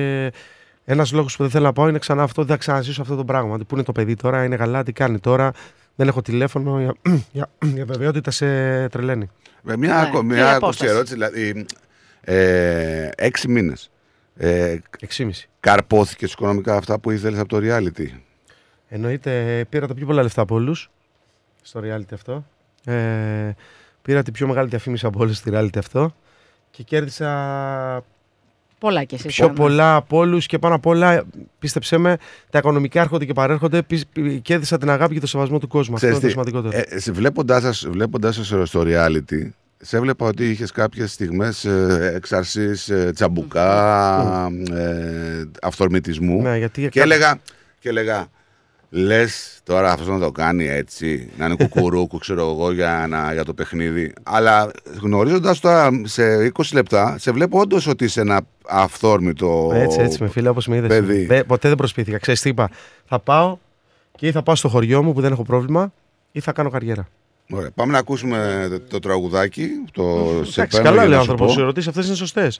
Speaker 3: ένα λόγος που δεν θέλω να πάω είναι ξανά αυτό, δεν θα ξαναζήσω αυτό το πράγμα. Πού είναι το παιδί τώρα, είναι καλά, τι κάνει τώρα. Δεν έχω τηλέφωνο, για, για, για βεβαιότητα σε τρελαίνει.
Speaker 2: Με μια
Speaker 4: Ναι,
Speaker 2: ακόμη
Speaker 4: και η
Speaker 2: μια
Speaker 4: απόσταση.
Speaker 2: ακόμη ερώτηση. Δηλαδή, ε, έξι μήνες. Ε,
Speaker 3: 6,5.
Speaker 2: καρπόθηκε οικονομικά αυτά που ήθελες από το reality.
Speaker 3: Εννοείται, ε, πήρα τα πιο πολλά λεφτά από όλους στο reality αυτό. Ε, πήρα την πιο μεγάλη διαφήμιση από όλους στη reality αυτό. Και κέρδισα
Speaker 4: Πολλά κι εσύ.
Speaker 3: πιο πολλά από όλους και πάνω απ' όλα, πίστεψέ με, τα οικονομικά έρχονται και παρέρχονται. Πι- πι- Κέρδισα την αγάπη και το σεβασμό του κόσμου. Αυτό είναι το σημαντικότερο.
Speaker 2: ε, σε- βλέποντάς σας, βλέποντάς σας στο reality, σε έβλεπα ότι είχες κάποιες στιγμές ε, εξαρσής, ε, τσαμπουκά, ε, αυθορμητισμού.
Speaker 3: ναι, γιατί
Speaker 2: Και έλεγα, και έλεγα, λες τώρα αυτός να το κάνει έτσι, να είναι κουκουρούκου, ξέρω εγώ, για, να, για το παιχνίδι. Αλλά γνωρίζοντας τώρα σε 20 λεπτά, σε βλέπω όντως ότι είσαι ένα αυθόρμητο...
Speaker 3: Έτσι, έτσι, με φίλε, όπως με είδες.
Speaker 2: ε, παιδί.
Speaker 3: ποτέ δεν προσπίθηκα. Ξέρεις τι είπα. Θα πάω και ή θα πάω στο χωριό μου που δεν έχω πρόβλημα ή θα κάνω καριέρα.
Speaker 2: Ωραία, πάμε να ακούσουμε το, το τραγουδάκι, το σε
Speaker 3: Εντάξει,
Speaker 2: παίρνω
Speaker 3: καλά
Speaker 2: για
Speaker 3: λέει ο
Speaker 2: να σου
Speaker 3: άνθρωπος. Οι
Speaker 2: πω.
Speaker 3: ερωτήσεις αυτές είναι σωστές.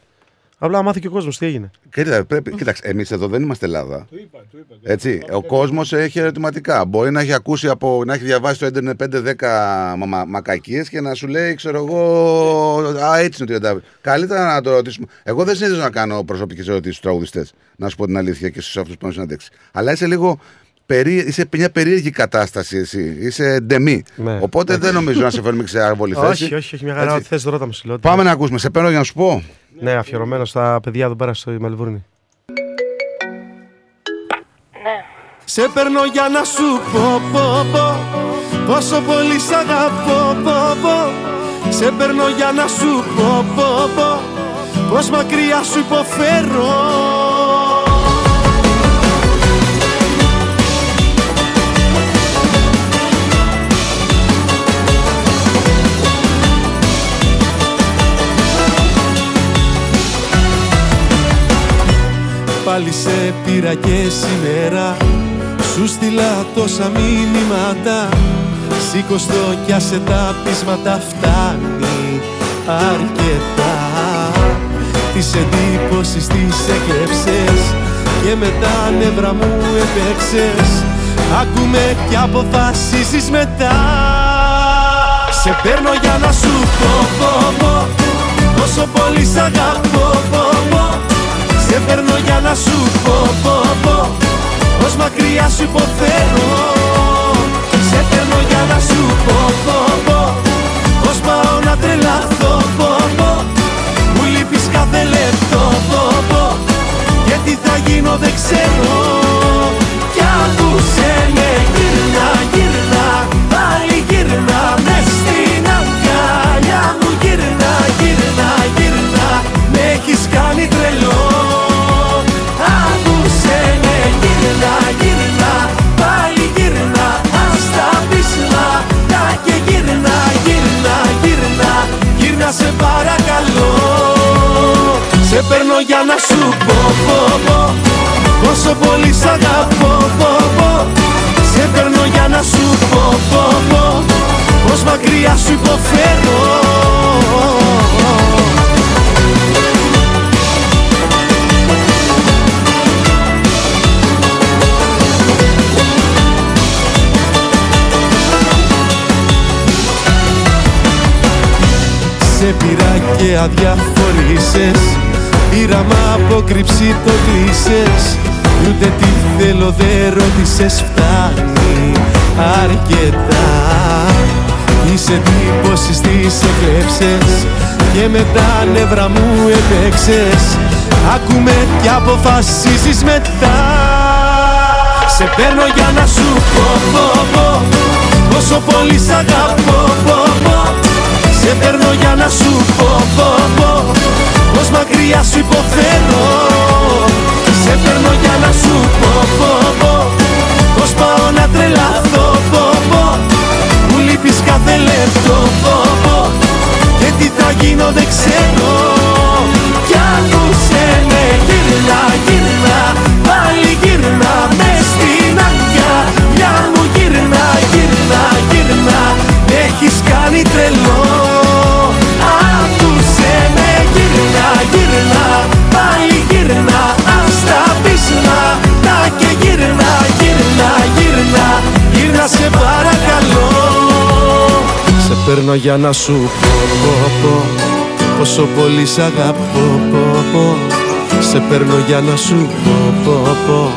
Speaker 3: Απλά να μάθει και ο κόσμος τι έγινε.
Speaker 2: Κοίτα, πρέπει, κοίταξε, εμείς εδώ δεν είμαστε Ελλάδα.
Speaker 5: Το είπα, το είπα. το
Speaker 2: Έτσι,
Speaker 5: είπα.
Speaker 2: ο κόσμος έχει ερωτηματικά. Μπορεί να έχει ακούσει από, να έχει διαβάσει το ίντερνετ 5-10 μα, μα, μακακίες και να σου λέει, ξέρω εγώ, Α, έτσι είναι το 30. Καλύτερα να το ρωτήσουμε. Εγώ δεν συνήθω να κάνω προσωπικές ερωτήσεις στους τραγουδιστές, να σου πω την αλήθεια και στου αυτούς που έχουν συναντήσει. Αλλά είσαι λίγο περί... είσαι μια περίεργη κατάσταση εσύ. Είσαι ντεμή.
Speaker 3: Ναι.
Speaker 2: Οπότε δεν νομίζω να σε φέρνουμε ξεβολή θέση.
Speaker 3: Όχι, όχι, όχι, μια χαρά.
Speaker 2: Έτσι.
Speaker 3: Ό,τι θες ρώτα μου συλλότητα.
Speaker 2: Πάμε να ακούσουμε. Σε παίρνω για να σου πω.
Speaker 3: Ναι, αφιερωμένος στα παιδιά εδώ πέρα στο Μελβούρνη.
Speaker 6: Σε παίρνω για να σου πω, πω, πω Πόσο πολύ σ' αγαπώ, πω, πω Σε παίρνω για να σου πω, πω, πω Πως μακριά σου υποφέρω Πάλι σε πήρα και σήμερα Σου στείλα τόσα μήνυματα Σήκωστο κι άσε τα πείσματα Φτάνει αρκετά Τις εντύπωσεις τις έκλεψες Και με τα νεύρα μου έπαιξες Άκουμε κι αποφασίζεις μετά Σε παίρνω για να σου πω, πω, πω Πόσο πολύ σ' αγαπώ, πω, πω σε παίρνω για να σου πω, πω, πω Ως μακριά σου υποφέρω Σε παίρνω για να σου πω, πω, πω Ως πάω να τρελαθώ, πω, πω Μου λείπεις κάθε λεπτό, πω, πω Και τι θα γίνω δεν ξέρω Κι ακούσε με γύρνα, γύρνα Πάλι γύρνα μες στην αγκαλιά μου Γύρνα, γύρνα, γύρνα Με έχεις κάνει τρελό Ακούσε με γύρνα, γύρνα Πάλι γύρνα, ας τα πείσνα Να και γύρνα, γύρνα, γύρνα Γύρνα σε παρακαλώ Σε παίρνω για να σου πω, πω, πω Πόσο πολύ σ' αγαπώ, πω, πω Σε παίρνω για να σου πω, πω, πω Πως μακριά σου υποφέρω Σε πειρά και αδιαφορήσες Πείραμα από κρυψή το κλείσες Κι Ούτε τι θέλω δεν ρώτησες Φτάνει αρκετά Τις εντύπωσεις τις εκλέψες Και με τα νεύρα μου επέξες Άκουμε και αποφασίζεις μετά σε παίρνω για να σου πω, πω, πω Πόσο πολύ σ' αγαπώ, πω, πω Σε παίρνω για να σου πω, πω, πω Πως μακριά σου υποφέρω Σε παίρνω για να σου πω, πω, πω Πως πάω να τρελαθώ, πω, πω Μου λείπεις κάθε λεπτό, πω, πω Και τι θα γίνω δεν ξέρω Κι ακούσε με γύρνα, γύρνα Πάλι γύρνα μες στην αγκαλιά μου Γύρνα, γύρνα, γύρνα με Έχεις κάνει τρελό Ακούσε με γύρνα, γύρνα Πάλι γύρνα, ας τα πείσνα Να και γύρνα, γύρνα, γύρνα Γύρνα σε παρακαλώ σε παίρνω για να σου πω, πω, πω Πόσο πολύ σ' αγαπώ, πω, πω Σε παίρνω για να σου πω, πω, πω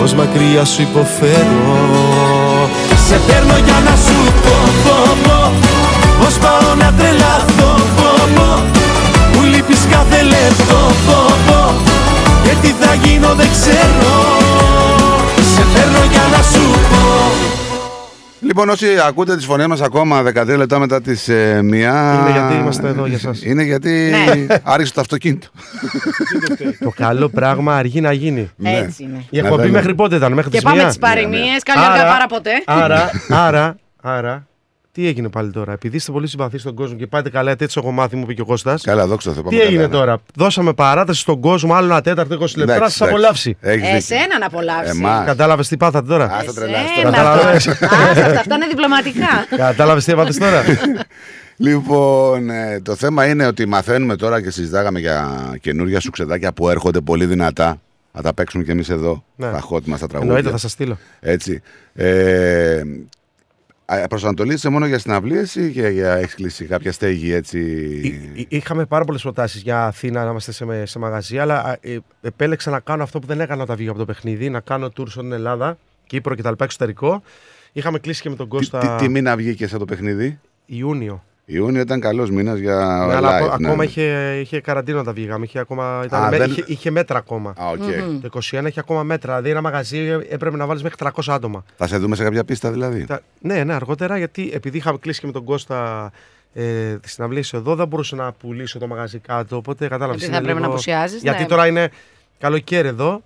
Speaker 6: Πως μακριά σου υποφέρω Σε παίρνω για να σου πω, πω, πω Πως πάω να τρελαθώ, πω, πω Μου λείπεις κάθε λεπτό, πω, πω Και τι θα γίνω δεν ξέρω Σε παίρνω για να σου πω
Speaker 2: Λοιπόν, όσοι ακούτε τις φωνές μας ακόμα 13 λεπτά μετά τις ε, μία.
Speaker 3: Είναι γιατί είμαστε εδώ για σας.
Speaker 2: Είναι γιατί
Speaker 4: Ναι.
Speaker 2: άρχισε το αυτοκίνητο.
Speaker 3: το καλό πράγμα αργεί να γίνει.
Speaker 4: Έτσι είναι.
Speaker 2: Ναι,
Speaker 3: Η εκπομπή
Speaker 2: βέβαια.
Speaker 3: μέχρι πότε ήταν, μέχρι
Speaker 4: Και
Speaker 3: τις
Speaker 4: πάμε
Speaker 3: μία?
Speaker 4: τι παροιμίε. Καλή αργά παρά ποτέ.
Speaker 3: Άρα, άρα, άρα, τι έγινε πάλι τώρα. Επειδή είστε πολύ συμπαθείς στον κόσμο και πάτε καλά, τέτοιο έχω μάθει, μου είπε και ο Κώστας.
Speaker 2: Καλά, ναι. δόξα θα πάμε.
Speaker 3: Τι έγινε τώρα. Δώσαμε παράταση στον κόσμο, άλλο ένα τέταρτο 20 λεπτά. να σας
Speaker 2: Ε,
Speaker 3: απολαύσει.
Speaker 4: Εσένα να απολαύσεις.
Speaker 2: Εμάς.
Speaker 3: Κατάλαβες τι πάθατε τώρα.
Speaker 2: Α, θα τρελάσει
Speaker 4: Εσένα.
Speaker 2: τώρα.
Speaker 3: Καταλαβαίνεις.
Speaker 4: Άσε, αυτά, αυτά είναι διπλωματικά.
Speaker 3: Κατάλαβες τι έπατε τώρα.
Speaker 2: Λοιπόν, ε, το θέμα είναι ότι μαθαίνουμε τώρα και συζητάγαμε για καινούργια σουξεδάκια που έρχονται πολύ δυνατά. Θα τα παίξουμε κι εμείς εδώ.
Speaker 3: Ναι.
Speaker 2: Τα hot μας τα τραγούδια.
Speaker 3: Εννοείται, θα σας στείλω.
Speaker 2: Έτσι. Ε, α, προσανατολίζεσαι μόνο για συναυλίες ή και για έχεις κλείσει κάποια στέγη έτσι.
Speaker 3: Εί- εί- Είχαμε πάρα πολλές προτάσεις για Αθήνα να είμαστε σε, με- σε μαγαζί, αλλά α, ε, επέλεξα να κάνω αυτό που δεν έκανα όταν βγήκα από το παιχνίδι, να κάνω tour στην Ελλάδα Κύπρο και τα λοιπά, εξωτερικό. Είχαμε κλείσει και με τον
Speaker 2: Τι,
Speaker 3: Κώστα
Speaker 2: τι, τι μήνα βγήκες σαν το παιχνίδι.
Speaker 3: Ιούνιο.
Speaker 2: Ιούνιο ήταν καλός μήνας για.
Speaker 3: Ναι, αλλά
Speaker 2: live,
Speaker 3: ακο-
Speaker 2: ναι.
Speaker 3: ακόμα είχε, είχε καραντίνα τα βγήκαμε. Είχε, ακόμα, ήταν,
Speaker 2: Α,
Speaker 3: με-
Speaker 2: δεν-
Speaker 3: είχε, είχε μέτρα ακόμα.
Speaker 2: Α, οκ.
Speaker 3: Το 21 είχε ακόμα μέτρα. Δηλαδή ένα μαγαζί έπρεπε να βάλεις μέχρι 300 άτομα.
Speaker 2: Θα σε δούμε σε κάποια πίστα δηλαδή.
Speaker 3: Τα- Ναι, ναι, αργότερα γιατί επειδή είχαμε κλείσει και με τον Κώστα ε, τι συναυλίε εδώ, δεν μπορούσα να πουλήσω το μαγαζί κάτω. Οπότε κατάλαβες.
Speaker 4: Γιατί θα πρέπει να απουσιάζεις,
Speaker 3: Γιατί
Speaker 4: ναι.
Speaker 3: τώρα είναι καλοκαίρι εδώ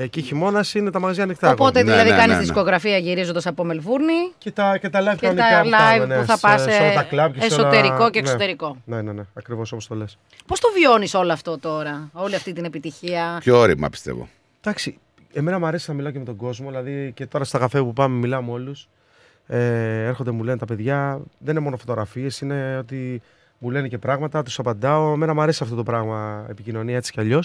Speaker 3: ε, και χειμώνας είναι τα μαγαζιά ανοιχτά. ακόμα.
Speaker 4: Οπότε
Speaker 2: Ναι,
Speaker 4: δηλαδή
Speaker 2: ναι,
Speaker 4: κάνεις
Speaker 2: ναι,
Speaker 4: τη
Speaker 2: ναι.
Speaker 4: δισκογραφία γυρίζοντας από Μελβούρνη.
Speaker 3: Και τα, και τα live
Speaker 4: Και
Speaker 3: κανονικά
Speaker 4: τα
Speaker 3: που
Speaker 4: live
Speaker 3: κάνουμε,
Speaker 4: που
Speaker 3: ναι,
Speaker 4: θα
Speaker 3: σε-
Speaker 4: πας
Speaker 3: σε
Speaker 4: ε,
Speaker 3: όλα τα κλαμπ και σε όλα-
Speaker 4: εσωτερικό και
Speaker 3: ναι.
Speaker 4: εξωτερικό.
Speaker 3: Ναι, ναι, ναι, ακριβώς όπως το λες.
Speaker 4: Πώς το βιώνεις όλο αυτό τώρα, όλη αυτή την επιτυχία.
Speaker 2: Πιο όρημα πιστεύω.
Speaker 3: Εντάξει, εμένα μου αρέσει να μιλάω και με τον κόσμο. Δηλαδή και τώρα στα καφέ που πάμε μιλάω με όλους. Ε, έρχονται, μου λένε τα παιδιά. Δεν είναι μόνο φωτογραφίες, είναι ότι μου λένε και πράγματα, τους απαντάω. Εμένα μου αρέσει αυτό το πράγμα επικοινωνία έτσι κι αλλιώς.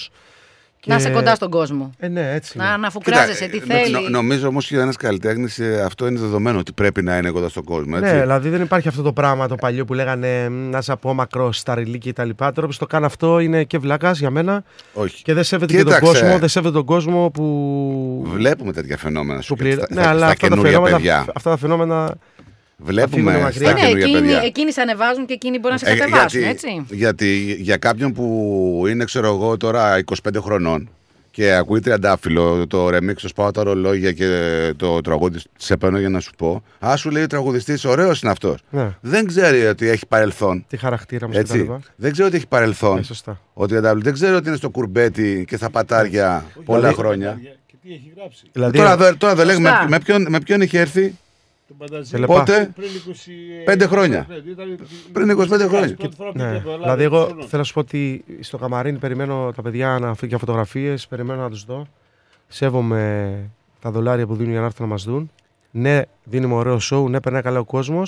Speaker 4: Να είσαι κοντά στον κόσμο.
Speaker 3: Ε, ναι, έτσι. είναι.
Speaker 4: Να, να φουκράζεσαι, τι
Speaker 2: Κοίτα, ε, νο-
Speaker 4: θέλει.
Speaker 2: νομίζω όμως για ένας καλλιτέχνης ε, αυτό είναι δεδομένο ότι πρέπει να είναι κοντά στον κόσμο. Έτσι.
Speaker 3: Ναι, δηλαδή δεν υπάρχει αυτό το πράγμα το παλιό που λέγανε «Μ, να είσαι από μακρό, σταριλί και τα λοιπά. Τώρα που το κάνει αυτό είναι και βλάκας για μένα
Speaker 2: Όχι.
Speaker 3: και δεν σέβεται και τον
Speaker 2: Κοίταξε.
Speaker 3: κόσμο. Δεν σέβεται τον κόσμο που.
Speaker 2: Βλέπουμε τέτοια φαινόμενα σου
Speaker 3: που
Speaker 2: και
Speaker 3: πληρε-
Speaker 2: στα,
Speaker 3: ναι,
Speaker 2: στα-
Speaker 3: αλλά
Speaker 2: στα
Speaker 3: αυτά τα,
Speaker 2: καινούργια παιδιά.
Speaker 3: φαινόμενα, αυτά τα φαινόμενα
Speaker 2: Βλέπουμε
Speaker 3: φύγουν
Speaker 2: στα
Speaker 3: μακριά.
Speaker 4: Ναι, Είναι,
Speaker 2: καινούργια
Speaker 4: εκείνοι,
Speaker 2: παιδιά.
Speaker 4: εκείνοι σε ανεβάζουν και εκείνοι μπορεί να σε
Speaker 2: Ε,
Speaker 4: κατεβάσουν,
Speaker 2: γιατί,
Speaker 4: έτσι.
Speaker 2: γιατί για κάποιον που είναι, ξέρω εγώ, τώρα 25 χρονών και ακούει τριαντάφυλλο το remix, το σπάω τα ρολόγια και το τραγούδι σε παίρνω για να σου πω. Α, σου λέει ο τραγουδιστής, ωραίος είναι αυτός.
Speaker 3: Ναι.
Speaker 2: Δεν ξέρει ότι έχει παρελθόν.
Speaker 3: τη χαρακτήρα μας
Speaker 2: Έτσι.
Speaker 3: κτλ.
Speaker 2: Δεν ξέρει ότι έχει παρελθόν.
Speaker 3: Ναι, σωστά.
Speaker 2: Ο τριαντάφυλλο δεν ξέρει ότι είναι στο κουρμπέτι και στα πατάρια πολλά
Speaker 3: Δηλαδή-
Speaker 2: χρόνια.
Speaker 5: Και τι έχει γράψει.
Speaker 3: Δηλαδή,
Speaker 2: Τώρα, δε- τώρα δεν λέγουμε
Speaker 4: Σωστά.
Speaker 2: με, με ποιον, με ποιον έχει έρθει
Speaker 5: Τον Πανταζή.
Speaker 3: Τελεπά.
Speaker 2: Πότε?
Speaker 5: Πριν
Speaker 2: Ε,
Speaker 5: Ναι,
Speaker 2: Πέντε χρόνια. Πριν 25 χρόνια.
Speaker 3: ναι. Δηλαδή, εγώ θέλω να σου πω ότι στο καμαρίνι περιμένω τα παιδιά να φύγουν για φωτογραφίε, περιμένω να του δω. Σέβομαι τα δολάρια που δίνουν για να έρθουν να μα δουν. Ναι, δίνουμε ωραίο σοου, ναι, περνάει καλά ο κόσμο.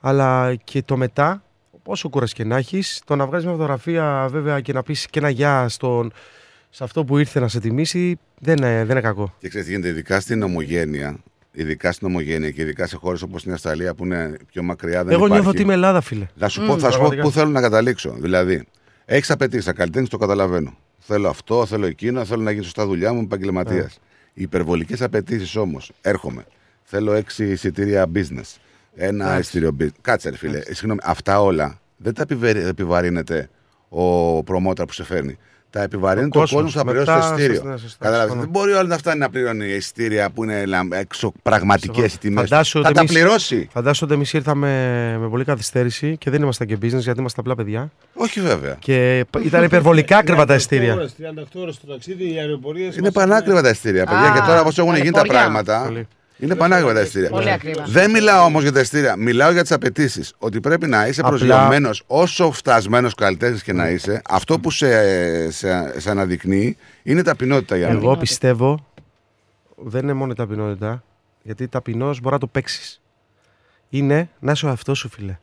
Speaker 3: Αλλά και το μετά, όσο κούραση και να έχει, το να βγάζει μια φωτογραφία βέβαια και να πει και ένα γεια στον, σε αυτό που ήρθε να σε τιμήσει, δεν είναι, δεν είναι κακό.
Speaker 2: Και ξέρεις τι γίνεται, ειδικά στην ομογένεια, ειδικά στην ομογένεια και ειδικά σε χώρες όπως την Αυστραλία που είναι πιο μακριά, δεν
Speaker 3: Εγώ
Speaker 2: υπάρχει.
Speaker 3: νιώθω ότι είμαι Ελλάδα, φίλε.
Speaker 2: Θα σου πω, θα σου πω
Speaker 3: πραγματικά.
Speaker 2: πού θέλω να καταλήξω. Δηλαδή, έχεις απαιτήσει, σαν καλλιτέχνη το καταλαβαίνω. Θέλω αυτό, θέλω εκείνο, θέλω να γίνει σωστά δουλειά μου, επαγγελματίας. Οι
Speaker 3: Ναι.
Speaker 2: υπερβολικές απαιτήσεις όμως, έρχομαι. Θέλω έξι εισιτήρια business. Ένα εισιτήριο business. Κάτσε, ρε φίλε. Συγγνώμη, αυτά όλα δεν τα επιβε- επιβαρύνεται ο προμότρα που σε φέρνει. Τα επιβαρύνεται ο,
Speaker 3: κόσμος.
Speaker 2: κόσμο που θα πληρώσει
Speaker 3: Μετά,
Speaker 2: το
Speaker 3: σωστά,
Speaker 2: εισιτήριο.
Speaker 3: ναι, σωστά,
Speaker 2: Κατάλαβε.
Speaker 3: συμφωνώ.
Speaker 2: Δεν μπορεί όλοι να φτάνει να πληρώνει εισιτήρια που είναι έξω πραγματικές οι τιμές.
Speaker 3: Φαντάσου
Speaker 2: Θα
Speaker 3: ότι
Speaker 2: τα
Speaker 3: εμείς-
Speaker 2: πληρώσει.
Speaker 3: Φαντάζομαι ότι εμείς ήρθαμε με πολύ καθυστέρηση και δεν ήμασταν και business γιατί ήμασταν απλά παιδιά.
Speaker 2: Όχι βέβαια.
Speaker 3: Και ήταν υπερβολικά ακριβά
Speaker 5: Ναι,
Speaker 3: τα ειστήρια.
Speaker 5: 38 ώρε στο ταξίδι, οι αεροπορίες.
Speaker 2: Είναι πανάκριβα τα εισιτήρια, παιδιά.
Speaker 4: Α,
Speaker 2: και τώρα όπως έχουν γίνει τα
Speaker 4: αεροποριά.
Speaker 2: πράγματα.
Speaker 3: Πολύ.
Speaker 2: Είναι πανάκριβα τα εισιτήρια.
Speaker 4: Πολύ ακριβά.
Speaker 2: Δεν μιλάω όμως για τα εισιτήρια. Μιλάω για τις απαιτήσεις. Ότι πρέπει να είσαι
Speaker 3: Απλά-
Speaker 2: προσγειωμένος όσο φτασμένος καλλιτέχνης και να είσαι. Αυτό που σε, σε, σε αναδεικνύει είναι ταπεινότητα για μένα.
Speaker 3: Εγώ πιστεύω δεν είναι μόνο η ταπεινότητα, γιατί ταπεινός μπορεί να το παίξεις. Είναι να είσαι ο αυτό σου, φίλε.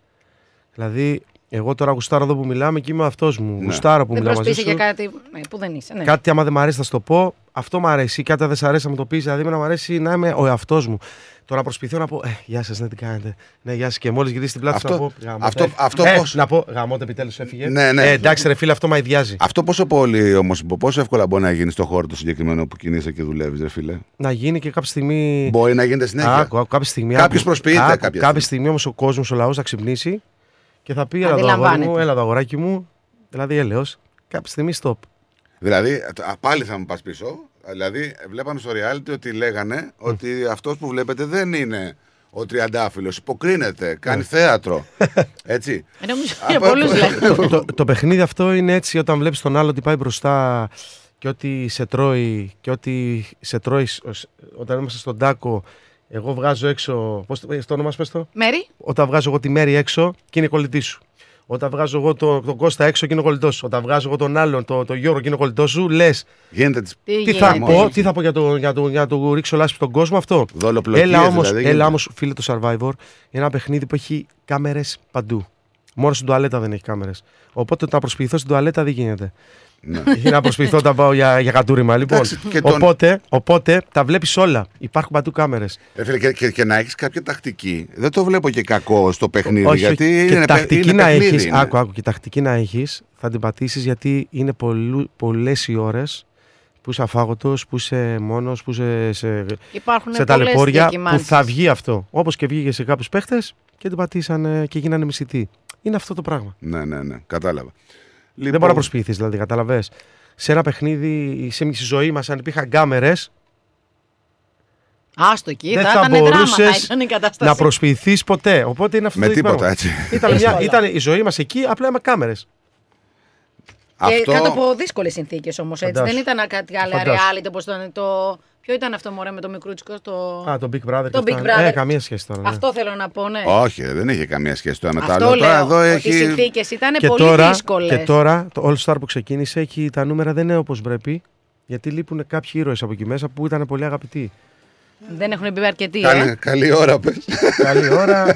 Speaker 3: Δηλαδή, εγώ τώρα γουστάρω εδώ που μιλάμε και είμαι αυτός μου. Γουστάρω που
Speaker 4: Δεν
Speaker 3: μιλάω μαζί
Speaker 4: προσπίσει
Speaker 3: σου.
Speaker 4: για κάτι ναι, που δεν είσαι. Ναι.
Speaker 3: Κάτι άμα δεν μ' αρέσει θα σου το πω, αυτό μ' αρέσει. Κάτι αν δεν σ' αρέσει να μου το πεις, δηλαδή εμένα μ' αρέσει να είμαι ο εαυτός μου. Το να προσπιθώ να πω, ε, γεια σας, ναι, τι κάνετε. Ναι, γεια σας. Και μόλις γυρίσει την πλάτη σου να
Speaker 2: Αυτό-
Speaker 3: πω, «Γαμώτε».
Speaker 2: αυτό- αυτό
Speaker 3: ε,
Speaker 2: πώς-
Speaker 3: Να πω, γαμώτε επιτέλους έφυγε.
Speaker 2: Ναι, ναι.
Speaker 3: Ε, εντάξει, ρε φίλε, αυτό μα ιδιάζει.
Speaker 2: Αυτό πόσο πολύ όμως, πόσο εύκολα μπορεί να γίνει στο χώρο το συγκεκριμένο που κινείσαι και δουλεύεις, ρε φίλε.
Speaker 3: Να γίνει και κάποια στιγμή.
Speaker 2: Μπορεί να γίνεται συνέχεια.
Speaker 3: Ε, Άκου, άκου, κάποια στιγμή.
Speaker 2: ναι, Κάποιος
Speaker 3: άκου.
Speaker 2: προσποιείται
Speaker 3: Άκου,
Speaker 2: κάποια
Speaker 3: Κάποια στιγμή όμως ο κόσμος, ο λαός θα ξυπνήσει και θα πει: Έλα το αγόρι
Speaker 4: Αντιλαμβάνεται.
Speaker 3: μου, έλα το αγοράκι μου. Δηλαδή, έλεος. Κάποια στιγμή, stop.
Speaker 2: Δηλαδή, α, πάλι θα μου πας πίσω. Δηλαδή, βλέπαμε στο reality ότι λέγανε ότι αυτός που βλέπετε δεν είναι ο τριαντάφυλλος.
Speaker 3: Ναι.
Speaker 2: Υποκρίνεται, κάνει θέατρο. Έτσι.
Speaker 4: Ε, Νομίζω
Speaker 2: Από-
Speaker 4: για πολλού δηλαδή.
Speaker 3: το, το παιχνίδι αυτό είναι έτσι όταν βλέπεις τον άλλο ότι πάει μπροστά και ότι σε τρώει και ότι σε τρώεις σ- ως- όταν είμαστε στον τάκο εγώ βγάζω έξω, πώς το, ε, το όνομα σου πες το,
Speaker 4: Μέρι,
Speaker 3: όταν βγάζω εγώ τη Μέρη έξω και είναι κολλητή σου. Όταν βγάζω εγώ το, τον Κώστα έξω και είναι κολλητός σου. Όταν βγάζω εγώ τον άλλον, τον το Γιώργο και είναι κολλητός σου, λες.
Speaker 2: Γίνεται της
Speaker 4: τι,
Speaker 3: Τι θα
Speaker 4: γίνεται.
Speaker 3: πω, τι θα πω για το, για το, για το ρίξω λάσπη στον κόσμο αυτό.
Speaker 2: δολοπλοκία.
Speaker 3: έλα όμως,
Speaker 2: δηλαδή, γίνεται.
Speaker 3: έλα όμως, φίλε το Survivor, είναι ένα παιχνίδι που έχει κάμερες παντού. Μόνο στην τουαλέτα δεν έχει κάμερες. Οπότε το να προσποιηθώ στην τουαλέτα δεν γίνεται.
Speaker 2: Ναι.
Speaker 3: Ή να προσποιηθώ όταν πάω για, για κατούριμα. Λοιπόν,
Speaker 2: Εντάξει, και τον-
Speaker 3: οπότε, οπότε τα βλέπεις όλα. Υπάρχουν παντού κάμερες.
Speaker 2: Ρε Ε, φίλε, και, και, και να έχεις κάποια τακτική. Δεν το βλέπω και κακό στο παιχνίδι. γιατί
Speaker 3: και
Speaker 2: είναι,
Speaker 3: τακτική
Speaker 2: είναι
Speaker 3: να
Speaker 2: παιχνίδι,
Speaker 3: έχεις,
Speaker 2: είναι.
Speaker 3: Άκου, άκου, και τακτική να έχεις, θα την πατήσεις γιατί είναι πολλές οι ώρες που που είσαι αφάγωτος, που είσαι μόνος, που είσαι σε,
Speaker 4: Υπάρχουν
Speaker 3: σε
Speaker 4: πολλές
Speaker 3: ταλαιπώρια, που
Speaker 4: διακυμάνσεις.
Speaker 3: θα βγει αυτό. Όπως και βγήκε σε κάποιους παίχτες και την πατήσανε και γίνανε μισητοί. Είναι αυτό το πράγμα.
Speaker 2: Ναι, ναι, ναι. Κατάλαβα. Λοιπόν,
Speaker 3: Δεν μπορεί να προσποιηθείς, δηλαδή, κατάλαβες. Σε ένα παιχνίδι, σε μια ζωή μας, αν υπήρχαν κάμερες,
Speaker 4: Άστο εκεί,
Speaker 3: δεν
Speaker 4: θα,
Speaker 3: θα
Speaker 4: ήταν δράμα, θα
Speaker 3: μπορούσες
Speaker 4: ήταν η κατάσταση.
Speaker 3: να προσποιηθείς ποτέ. Οπότε είναι αυτό
Speaker 2: Με
Speaker 3: το ίδιο
Speaker 2: τίποτα
Speaker 3: πράγμα.
Speaker 2: έτσι.
Speaker 3: Ήταν, μια,
Speaker 4: Δύσκολα.
Speaker 3: ήταν η ζωή μας εκεί, απλά με κάμερε.
Speaker 4: Και
Speaker 2: Αυτό.
Speaker 4: Ε, κάτω από δύσκολες συνθήκες όμως. Έτσι.
Speaker 3: Φαντάσου.
Speaker 4: Δεν ήταν κάτι άλλο
Speaker 3: Φαντάσου.
Speaker 4: reality όπως ήταν το. Ποιο ήταν αυτό μωρέ με το μικρούτσικο. Το...
Speaker 3: Α, το Big Brother.
Speaker 4: Το
Speaker 3: και
Speaker 4: Big
Speaker 3: αυτά. Ε,
Speaker 4: Brother.
Speaker 3: καμία σχέση τώρα. ναι.
Speaker 4: Αυτό θέλω να πω, ναι.
Speaker 2: Όχι, ρε, δεν είχε καμία σχέση το ένα με το
Speaker 4: Αυτό
Speaker 2: άλλο. Τώρα
Speaker 4: λέω.
Speaker 2: εδώ
Speaker 4: ότι οι
Speaker 2: έχει.
Speaker 4: συνθήκες ήταν
Speaker 3: Και
Speaker 4: πολύ
Speaker 3: τώρα,
Speaker 4: δύσκολες.
Speaker 3: και τώρα το All Star που ξεκίνησε έχει, τα νούμερα δεν είναι όπως πρέπει. Γιατί λείπουν κάποιοι ήρωες από εκεί μέσα που ήταν πολύ αγαπητοί.
Speaker 4: Δεν έχουν μπει αρκετοί.
Speaker 2: Καλή,
Speaker 4: Ε.
Speaker 2: καλή ώρα, πες.
Speaker 3: Καλή ώρα.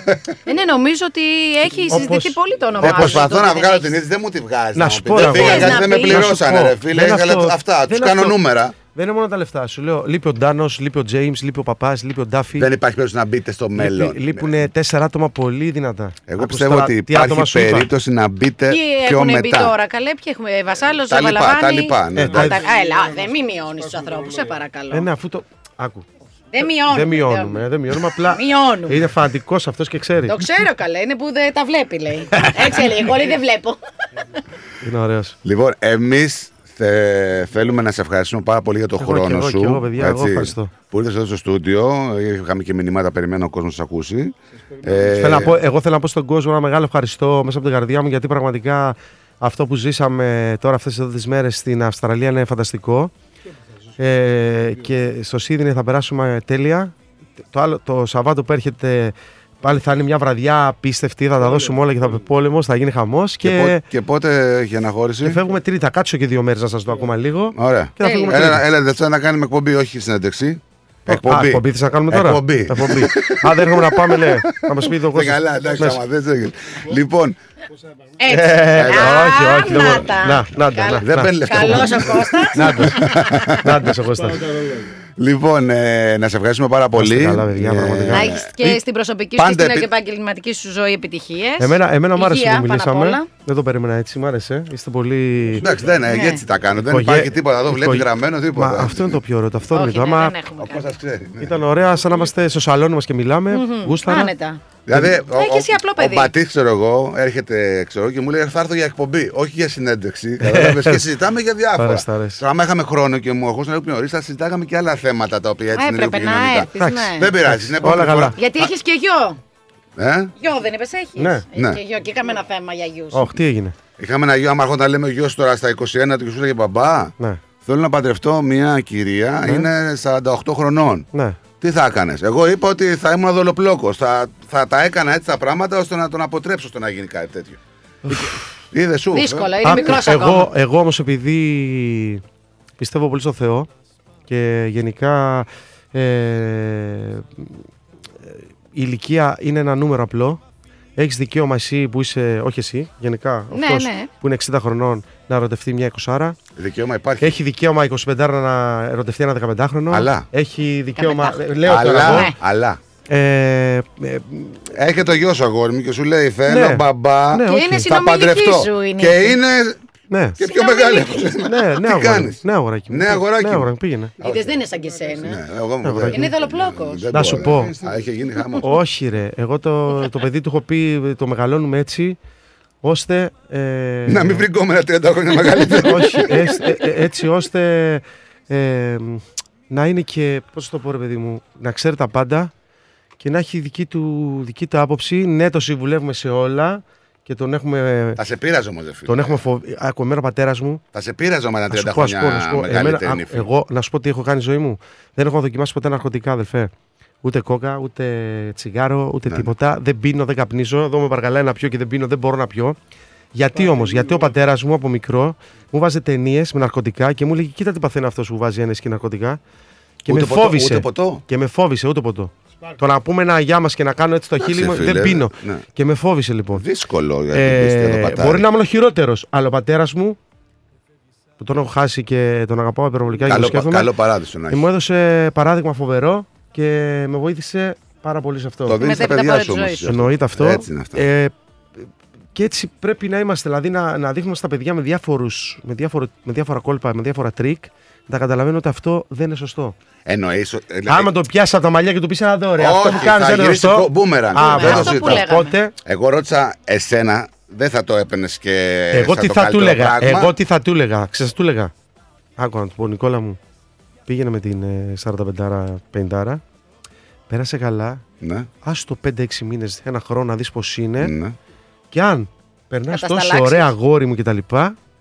Speaker 4: Ε, ναι, νομίζω ότι έχει
Speaker 3: Όπως-
Speaker 4: συζητηθεί πολύ το όνομα.
Speaker 2: Ε,
Speaker 4: σου, το
Speaker 2: προσπαθώ
Speaker 4: ότι
Speaker 2: να
Speaker 4: δεν
Speaker 2: βγάλω
Speaker 4: έχεις.
Speaker 2: την είδηση, δεν μου τη βγάζει.
Speaker 3: Να
Speaker 2: μου
Speaker 3: σου
Speaker 2: πεις.
Speaker 3: πω,
Speaker 2: Δεν
Speaker 3: ρε,
Speaker 2: πήγα,
Speaker 4: Θες
Speaker 2: γιατί
Speaker 4: να
Speaker 2: δεν με
Speaker 4: πεις.
Speaker 2: πληρώσανε,
Speaker 3: Να σου
Speaker 2: ρε
Speaker 3: πω.
Speaker 2: φίλε.
Speaker 3: Δεν
Speaker 2: ήθελα
Speaker 3: αυτό.
Speaker 2: αυτά, τους
Speaker 3: Δεν
Speaker 2: κάνω
Speaker 3: αυτό.
Speaker 2: νούμερα.
Speaker 3: Δεν είναι μόνο τα λεφτά. Σου λέω, λείπει ο Ντάνος, λείπει ο Τζέιμ, λείπει ο Παπάς, λείπει ο Ντάφι.
Speaker 2: Δεν υπάρχει περίπτωση να μπείτε στο μέλλον.
Speaker 3: Λείπουν τέσσερα άτομα πολύ δυνατά.
Speaker 2: Εγώ
Speaker 3: Άκουσα
Speaker 2: πιστεύω
Speaker 3: τώρα
Speaker 2: ότι
Speaker 3: τι άτομα
Speaker 2: υπάρχει
Speaker 3: σου είπα.
Speaker 2: περίπτωση να μπείτε
Speaker 4: Ποιοι
Speaker 2: ε, πιο
Speaker 4: έχουν μπει
Speaker 2: μετά.
Speaker 4: τώρα, καλέ, ποιοι έχουμε. Βασάλος,
Speaker 2: Τα λοιπά,
Speaker 4: Ζαβαλαβάνη.
Speaker 2: τα λοιπά. ναι,
Speaker 3: Ε,
Speaker 2: εντάξει.
Speaker 3: τα-
Speaker 4: Α, Έλα, δεν μη μειώνεις τους ανθρώπους, σε παρακαλώ.
Speaker 3: Ε, ναι, αφού το. Άκου.
Speaker 4: Δεν μειώνουμε.
Speaker 3: Δεν μειώνουμε, ε, δεν μειώνουμε. Απλά
Speaker 4: Μειώνουμε.
Speaker 3: είναι φανατικός αυτός και ξέρει.
Speaker 4: Το ξέρω καλά, είναι που δεν τα βλέπει, λέει. Έτσι έλεγε. Εγώ λέει, δεν βλέπω.
Speaker 3: Είναι ωραίος.
Speaker 2: Λοιπόν, εμείς θέλουμε να σε ευχαριστούμε πάρα πολύ για τον
Speaker 3: Εγώ
Speaker 2: χρόνο
Speaker 3: και εγώ
Speaker 2: σου.
Speaker 3: και εγώ, παιδιά, εγώ ευχαριστώ.
Speaker 2: Που ήρθες εδώ στο στούντιο, είχαμε και μηνύματα, περιμένω ο κόσμος να σα ακούσει. Ε,
Speaker 3: Θέλω να πω, εγώ θέλω να πω στον κόσμο ένα μεγάλο ευχαριστώ μέσα από την καρδιά μου γιατί πραγματικά αυτό που ζήσαμε τώρα αυτές εδώ τις μέρες στην Αυστραλία είναι φανταστικό. Ε, και στο Σίδνεϊ θα περάσουμε τέλεια. Το, άλλο, το Σαββάτο που έρχεται πάλι θα είναι μια βραδιά απίστευτη, θα τα δώσουμε όλα και θα πει πόλεμος, θα γίνει χαμός
Speaker 2: και,
Speaker 3: και,
Speaker 2: πο- και πότε έχει αναχώρηση.
Speaker 3: και φεύγουμε τρίτα. Κάτσω και δύο μέρες να σας το ακόμα λίγο.
Speaker 2: Ωραία.
Speaker 3: Και θα
Speaker 4: Τέλεια.
Speaker 3: φύγουμε τρίτα.
Speaker 2: Έλα, έλα δεν θα να κάνουμε εκπομπή, όχι συνέντευξη. Εκπομπή.
Speaker 3: Ε, Α, εκπομπή θες να κάνουμε τώρα.
Speaker 2: Εκπομπή.
Speaker 3: Εκπομπή. Α, δεν έρχομαι να πάμε, ναι. Να μας πει το
Speaker 2: Δεν
Speaker 3: κόσμος.
Speaker 2: καλά, εντάξει, άμα δεν σε- Λοιπόν,
Speaker 4: Έτσι.
Speaker 3: Ε,
Speaker 4: Α,
Speaker 3: όχι, όχι, δεν μπορώ.
Speaker 4: να τα.
Speaker 3: Να, να τα,
Speaker 4: Καλά.
Speaker 3: να.
Speaker 2: δεν παίρνει λεφτά.
Speaker 4: Καλός ο Κώστας.
Speaker 3: Να το. Να το, σε Κώστα.
Speaker 2: Λοιπόν, ε, να σε ευχαριστούμε πάρα πολύ.
Speaker 3: καλά, παιδιά,
Speaker 2: Ε,
Speaker 3: πραγματικά.
Speaker 4: Να έχεις και στην προσωπική σου και
Speaker 2: Πάντα
Speaker 4: στην
Speaker 2: επι-
Speaker 4: επαγγελματική σου ζωή επιτυχίες.
Speaker 3: Εμένα, εμένα μου άρεσε
Speaker 4: Υγεία,
Speaker 3: που
Speaker 4: πάνω απ' όλα.
Speaker 3: μιλήσαμε. Δεν το περίμενα έτσι, μου άρεσε. Είστε πολύ.
Speaker 2: Εντάξει, δεν, ε,
Speaker 4: Ναι.
Speaker 2: έτσι τα κάνω. Δεν
Speaker 3: Οικογέ-
Speaker 2: υπάρχει τίποτα εδώ, βλέπει
Speaker 3: οικογε-
Speaker 2: γραμμένο
Speaker 3: Μα
Speaker 2: τίποτα.
Speaker 3: αυτό είναι το πιο ωραίο, το
Speaker 4: Όχι,
Speaker 3: αυτόρμητο.
Speaker 4: ναι,
Speaker 3: Άμα
Speaker 4: δεν έχουμε
Speaker 2: Ο
Speaker 4: κάτι.
Speaker 2: Κώστας ξέρει. ναι.
Speaker 3: ήταν ωραία, σαν να είμαστε στο σαλόνι μας και μιλάμε. Γούσταρα.
Speaker 4: Άνετα.
Speaker 2: Δηλαδή, ο,
Speaker 4: Έχει Ε, εσύ απλό
Speaker 2: ο, ο
Speaker 4: παιδί.
Speaker 2: Πατή, ξέρω εγώ, έρχεται ξέρω, και μου λέει: Θα έρθω για εκπομπή, όχι για συνέντευξη. Κατάλαβες, και συζητάμε για διάφορα.
Speaker 3: Άρεστα, άρεστα.
Speaker 2: Άμα είχαμε χρόνο και μου ερχόταν πιο νωρί, θα συζητάγαμε και άλλα θέματα τα οποία
Speaker 4: Α,
Speaker 2: έτσι είναι λίγο
Speaker 4: Ε, έπρεπε να
Speaker 2: κοινωνικά.
Speaker 4: έρθεις.
Speaker 3: Εντάξει,
Speaker 4: Ναι.
Speaker 2: Δεν πειράζει, είναι
Speaker 3: Όλα
Speaker 2: επόμενη
Speaker 3: καλά.
Speaker 4: Γιατί έχεις και γιο.
Speaker 2: φορά. Ε?
Speaker 4: Γιο δεν είπες, έχεις.
Speaker 3: Ναι.
Speaker 2: Ναι.
Speaker 4: Και γιο. Και είχαμε ένα θέμα για γιους.
Speaker 3: Όχι, τι έγινε. έλεγε
Speaker 2: Είχαμε ένα γιο, άμα έρχονταν λέμε γιος τώρα στα 21 του και σου λέγε Μπαμπά,
Speaker 3: Ναι.
Speaker 2: θέλω να παντρευτώ μια κυρία, είναι 48 χρονών.
Speaker 3: Ναι.
Speaker 2: Τι θα έκανες. Εγώ είπα ότι θα ήμουν δολοπλόκο. Θα, θα τα έκανα έτσι τα πράγματα ώστε να τον αποτρέψω στο να γίνει κάτι τέτοιο. Είδες σου.
Speaker 4: Δύσκολα,
Speaker 2: ε.
Speaker 4: είναι
Speaker 3: Α,
Speaker 4: μικρός
Speaker 3: εγώ,
Speaker 4: ακόμα.
Speaker 3: εγώ όμως επειδή πιστεύω πολύ στο Θεό και γενικά ε, ε, η ηλικία είναι ένα νούμερο απλό. Έχεις δικαίωμα εσύ που είσαι, όχι εσύ, γενικά
Speaker 4: Ναι,
Speaker 3: αυτός
Speaker 4: ναι.
Speaker 3: που είναι 60 χρονών να ερωτευτεί μια 20
Speaker 2: Δικαίωμα υπάρχει.
Speaker 3: Έχει δικαίωμα 25 να ερωτευτεί ένα 15χρονο.
Speaker 2: Αλλά.
Speaker 3: Έχει δικαίωμα.
Speaker 4: 15.
Speaker 3: Λέω τώρα.
Speaker 2: αλλά,
Speaker 3: εγώ.
Speaker 4: Ναι.
Speaker 2: αλλά.
Speaker 3: Ε, ε,
Speaker 2: Έχει το γιος σου αγόρι μου και σου λέει Θέλω
Speaker 3: Ναι.
Speaker 2: μπαμπά.
Speaker 3: Ναι,
Speaker 4: Και
Speaker 3: όχι.
Speaker 4: είναι
Speaker 3: Θα
Speaker 2: θα
Speaker 4: συνομιλική
Speaker 2: παντρευτώ.
Speaker 4: σου η
Speaker 2: και
Speaker 4: νύχτα.
Speaker 2: είναι.
Speaker 3: ναι.
Speaker 2: Και πιο μεγάλη.
Speaker 3: Ναι,
Speaker 2: Τι
Speaker 3: ναι, αγοράκι.
Speaker 2: κάνεις.
Speaker 3: Ναι, αγοράκι. μου.
Speaker 2: Ναι, αγοράκι.
Speaker 3: Ναι,
Speaker 2: μου.
Speaker 3: αγοράκι. Πήγαινε.
Speaker 4: Είδες, δεν είναι σαν και σένα.
Speaker 2: Ναι, Εγώ μου δεν-
Speaker 4: Είναι δολοπλόκος.
Speaker 2: δεν
Speaker 3: Ναι. Να σου
Speaker 2: μπορώ. ναι.
Speaker 3: πω.
Speaker 2: Α, Είχε γίνει χάμος.
Speaker 3: Όχι, ρε. Εγώ το, το παιδί του έχω πει το μεγαλώνουμε έτσι ώστε. ε,
Speaker 2: Να μην βρήκουμε ένα 30 χρόνια μεγαλύτερο.
Speaker 3: όχι, έτσι, ε, ε, έτσι ώστε ε, να είναι και, πώς το πω ρε παιδί μου, να ξέρει τα πάντα και να έχει δική του, δική του άποψη. Ναι, το συμβουλεύουμε σε όλα και τον έχουμε,
Speaker 2: Θα σε πείραζε όμως, δε φίλε.
Speaker 3: τον έχουμε φοβ- Άκου, εμένα ο πατέρας μου.
Speaker 2: Θα σε πείραζε με ένα
Speaker 3: Να
Speaker 2: 30
Speaker 3: σου πω, να σου πω, να σου
Speaker 2: χρόνια
Speaker 3: πω. Εμένα,
Speaker 2: μεγαλύτερη
Speaker 3: άκου,
Speaker 2: νύφη.
Speaker 3: εγώ, να σου πω τι έχω κάνει στη ζωή μου. Δεν έχω δοκιμάσει ποτέ ναρκωτικά, αδελφέ. Ούτε κόκα, ούτε τσιγάρο, ούτε
Speaker 2: Ναι.
Speaker 3: τίποτα. Δεν πίνω, δεν καπνίζω. Εδώ με παρακαλάει να πιω και δεν πίνω, δεν μπορώ να πιω. Γιατί όμως, γιατί ο πατέρας μου από μικρό μου βάζε ταινίες με ναρκωτικά και μου λέγε: Κοίτα τι παθαίνει αυτός που βάζει ένε και ναρκωτικά. Και
Speaker 2: Ούτε
Speaker 3: με
Speaker 2: ποτό,
Speaker 3: φόβησε.
Speaker 2: ούτε ποτό.
Speaker 3: Και με φόβησε, ούτε ποτό. Το να πούμε ένα αγιά μας και να κάνω έτσι το χείλη μου,
Speaker 2: φίλε,
Speaker 3: δεν πίνω.
Speaker 2: ναι.
Speaker 3: Και με φόβησε λοιπόν.
Speaker 2: Δύσκολο για
Speaker 3: Ε,
Speaker 2: την πίστη εδώ πατάρι.
Speaker 3: μπορεί να είμαι ο χειρότερος, αλλά ο πατέρας μου που τον έχω χάσει και τον αγαπάω υπερβολικά και το
Speaker 2: Καλό, πα-
Speaker 3: σκέφτομαι.
Speaker 2: καλό παράδεισο να
Speaker 3: ε,
Speaker 2: έχει.
Speaker 3: Μου έδωσε παράδειγμα φοβερό και με βοήθησε πάρα πολύ σε αυτό.
Speaker 2: Το δίνεις στα
Speaker 4: μετέπειτα
Speaker 2: παιδιά
Speaker 4: πάρες
Speaker 2: σου
Speaker 4: τη ζωή
Speaker 2: όμω.
Speaker 4: σου.
Speaker 3: Εννοείται αυτό.
Speaker 2: Έτσι είναι αυτά.
Speaker 3: Ε, και έτσι πρέπει να είμαστε, δηλαδή να, να δείχνουμε στα παιδιά με, διάφορους, με, διάφορο, με διάφορα κόλπα, με διάφορα τρίκ, τα καταλαβαίνω ότι αυτό δεν είναι σωστό.
Speaker 2: Εννοείς.
Speaker 3: Άμα το πιάσει από τα μαλλιά και του πεις ένα δωρεά,
Speaker 2: Δηλαδή- Όχι,
Speaker 3: αυτό που κάνεις
Speaker 2: θα
Speaker 3: δεν είναι
Speaker 2: γυρίσει
Speaker 3: σωστό.
Speaker 2: μπο- μπούμερανγκ.
Speaker 3: Α,
Speaker 2: Δεν
Speaker 4: το
Speaker 3: μπράβο.
Speaker 4: συζητάω. λέγαμε.
Speaker 3: Οπότε,
Speaker 2: Εγώ ρώτησα εσένα, δεν θα το έπαιρνες και.
Speaker 3: εγώ
Speaker 2: Ε, σαν
Speaker 3: τι
Speaker 2: το
Speaker 3: θα του
Speaker 2: καλύτερο
Speaker 3: έλεγα.
Speaker 2: πράγμα.
Speaker 3: Εγώ τι θα του έλεγα. Ξέρεις, τι του έλεγα. Άκου να του πω, Νικόλα μου. Πήγαινε με την ε, 45-50. Πέρασε καλά.
Speaker 2: Ναι,
Speaker 3: Άστο το 5-6 μήνες, ένα χρόνο να δεις πώς είναι.
Speaker 2: ναι.
Speaker 3: Και αν περνάς
Speaker 4: Θα τα
Speaker 3: τόσο
Speaker 4: σταλάξεις.
Speaker 3: ωραία αγόρι μου κτλ.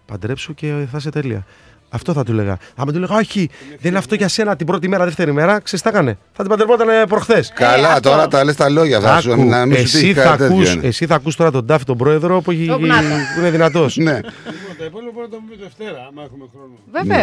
Speaker 3: Παντρέψου και θα είσαι τέλεια. Αυτό θα του λέγα. Άμα του λέγα, Όχι, δεν είναι αυτό για σένα την πρώτη μέρα, δεύτερη μέρα, ξέρεις τι θα έκανε. Θα την παντρευόταν προχθέ.
Speaker 2: Καλά,
Speaker 4: αυτό.
Speaker 2: τώρα τα λες τα λόγια. Θα σου
Speaker 3: Άκου,
Speaker 2: να μην σου
Speaker 3: εσύ,
Speaker 2: τύχει
Speaker 3: θα
Speaker 2: κάτι τέτοιο,
Speaker 3: ακούς,
Speaker 2: ναι.
Speaker 3: εσύ θα ακούς τώρα τον Τάφη τον πρόεδρο που, έχει,
Speaker 4: Ο Γνάτο.
Speaker 3: που είναι δυνατός.
Speaker 2: Ναι.
Speaker 5: Λοιπόν, τα υπόλοιπα μπορούμε να τα πούμε Δευτέρα, άμα έχουμε χρόνο.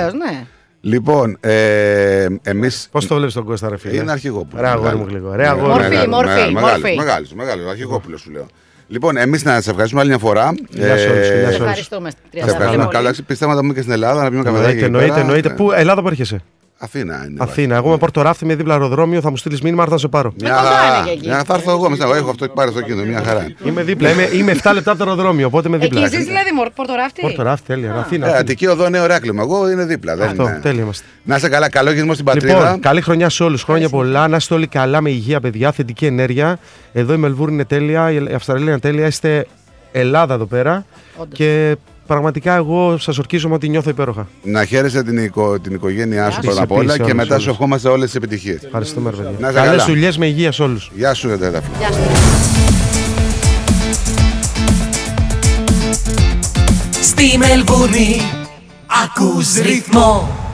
Speaker 4: Βεβαίως, ναι.
Speaker 2: Λοιπόν, ε, εμείς...
Speaker 3: Πώς το βλέπεις τον Κώστα ρε φίλε.
Speaker 2: Είναι Ναι, αρχηγόπουλος.
Speaker 3: Ρε αγόρι μου γλυκό. Ρε αγόρι μου.
Speaker 4: Μορφή,
Speaker 2: μεγάλο, μεγάλο,
Speaker 4: μορφή, μορφή.
Speaker 2: μεγάλος, Μεγάλος, μεγάλος, αρχηγόπουλος σου λέω. Λοιπόν, εμείς να σε ευχαριστούμε άλλη μια φορά.
Speaker 3: Γεια σου όλους, γεια
Speaker 2: Ε,
Speaker 3: σου.
Speaker 2: σε
Speaker 4: Ευχαριστούμε.
Speaker 2: ευχαριστούμε.
Speaker 4: Τριαντάφυλλε
Speaker 2: Καλά,
Speaker 4: πολύ.
Speaker 2: εντάξει, πιστεύω να τα πούμε και στην Ελλάδα, να πιούμε καφεδάκι.
Speaker 3: Εννοείται,
Speaker 2: εκεί
Speaker 3: εννοείται,
Speaker 2: πέρα. Ναι,
Speaker 3: εννοείται.
Speaker 2: Ε,
Speaker 3: Πού, Ελλάδα που έρχεσαι.
Speaker 2: Αθήνα είναι.
Speaker 3: Αθήνα.
Speaker 2: βασικά.
Speaker 3: Εγώ με Πόρτο Ράφτη, είμαι δίπλα αεροδρόμιο, θα μου στείλεις μήνυμα, θα σε πάρω.
Speaker 2: Μια
Speaker 4: κοντά
Speaker 2: χαρά.
Speaker 4: είναι και εκεί.
Speaker 2: Μια- Θα έρθω εγώ μέσα. Έχω αυτό πάρει στο κίνητο. Μια χαρά.
Speaker 3: Είμαι δίπλα, είμαι, είμαι 7 λεπτά από το αεροδρόμιο, οπότε είμαι
Speaker 4: Εκεί
Speaker 3: δίπλα.
Speaker 4: εσείς δηλαδή μορ- πορτοράφτη.
Speaker 3: Πόρτο Ράφτη, τέλεια. Αθήνα.
Speaker 2: Ε,
Speaker 3: Αθήνα.
Speaker 2: Αττική οδό, νέο Ηράκλειο. Εγώ είναι δίπλα. δεν
Speaker 3: Αυτό,
Speaker 2: είναι.
Speaker 3: τέλεια είμαστε.
Speaker 2: Να είσαι καλά, καλό γυρισμό στην πατρίδα.
Speaker 3: Λοιπόν, καλή χρονιά σε όλους. Χρόνια πολλά. Να είστε όλοι καλά, με υγεία, παιδιά, θετική ενέργεια. Εδώ η Μελβούρνη είναι τέλεια, η Αυστραλία είναι τέλεια. Είστε Ελλάδα εδώ πέρα.
Speaker 4: Όντως.
Speaker 3: Και πραγματικά εγώ σας ορκίζομαι ότι νιώθω υπέροχα.
Speaker 2: Να χαίρεσαι την, οικο- την οικογένειά σου
Speaker 4: σου.
Speaker 2: πρώτα απ'
Speaker 3: Επίσης,
Speaker 2: όλα και
Speaker 3: όλους,
Speaker 2: μετά σου
Speaker 3: όλους.
Speaker 2: ευχόμαστε όλες τις επιτυχίες.
Speaker 3: Ευχαριστούμε, ρε
Speaker 2: Να
Speaker 3: παιδιά.
Speaker 2: είστε καλά.
Speaker 3: Καλέ δουλειές με υγεία σε όλους.
Speaker 2: Γεια σου, Εντέλαφη.
Speaker 4: Γεια σου.
Speaker 1: Στη Μελβούνι ακούς ρυθμό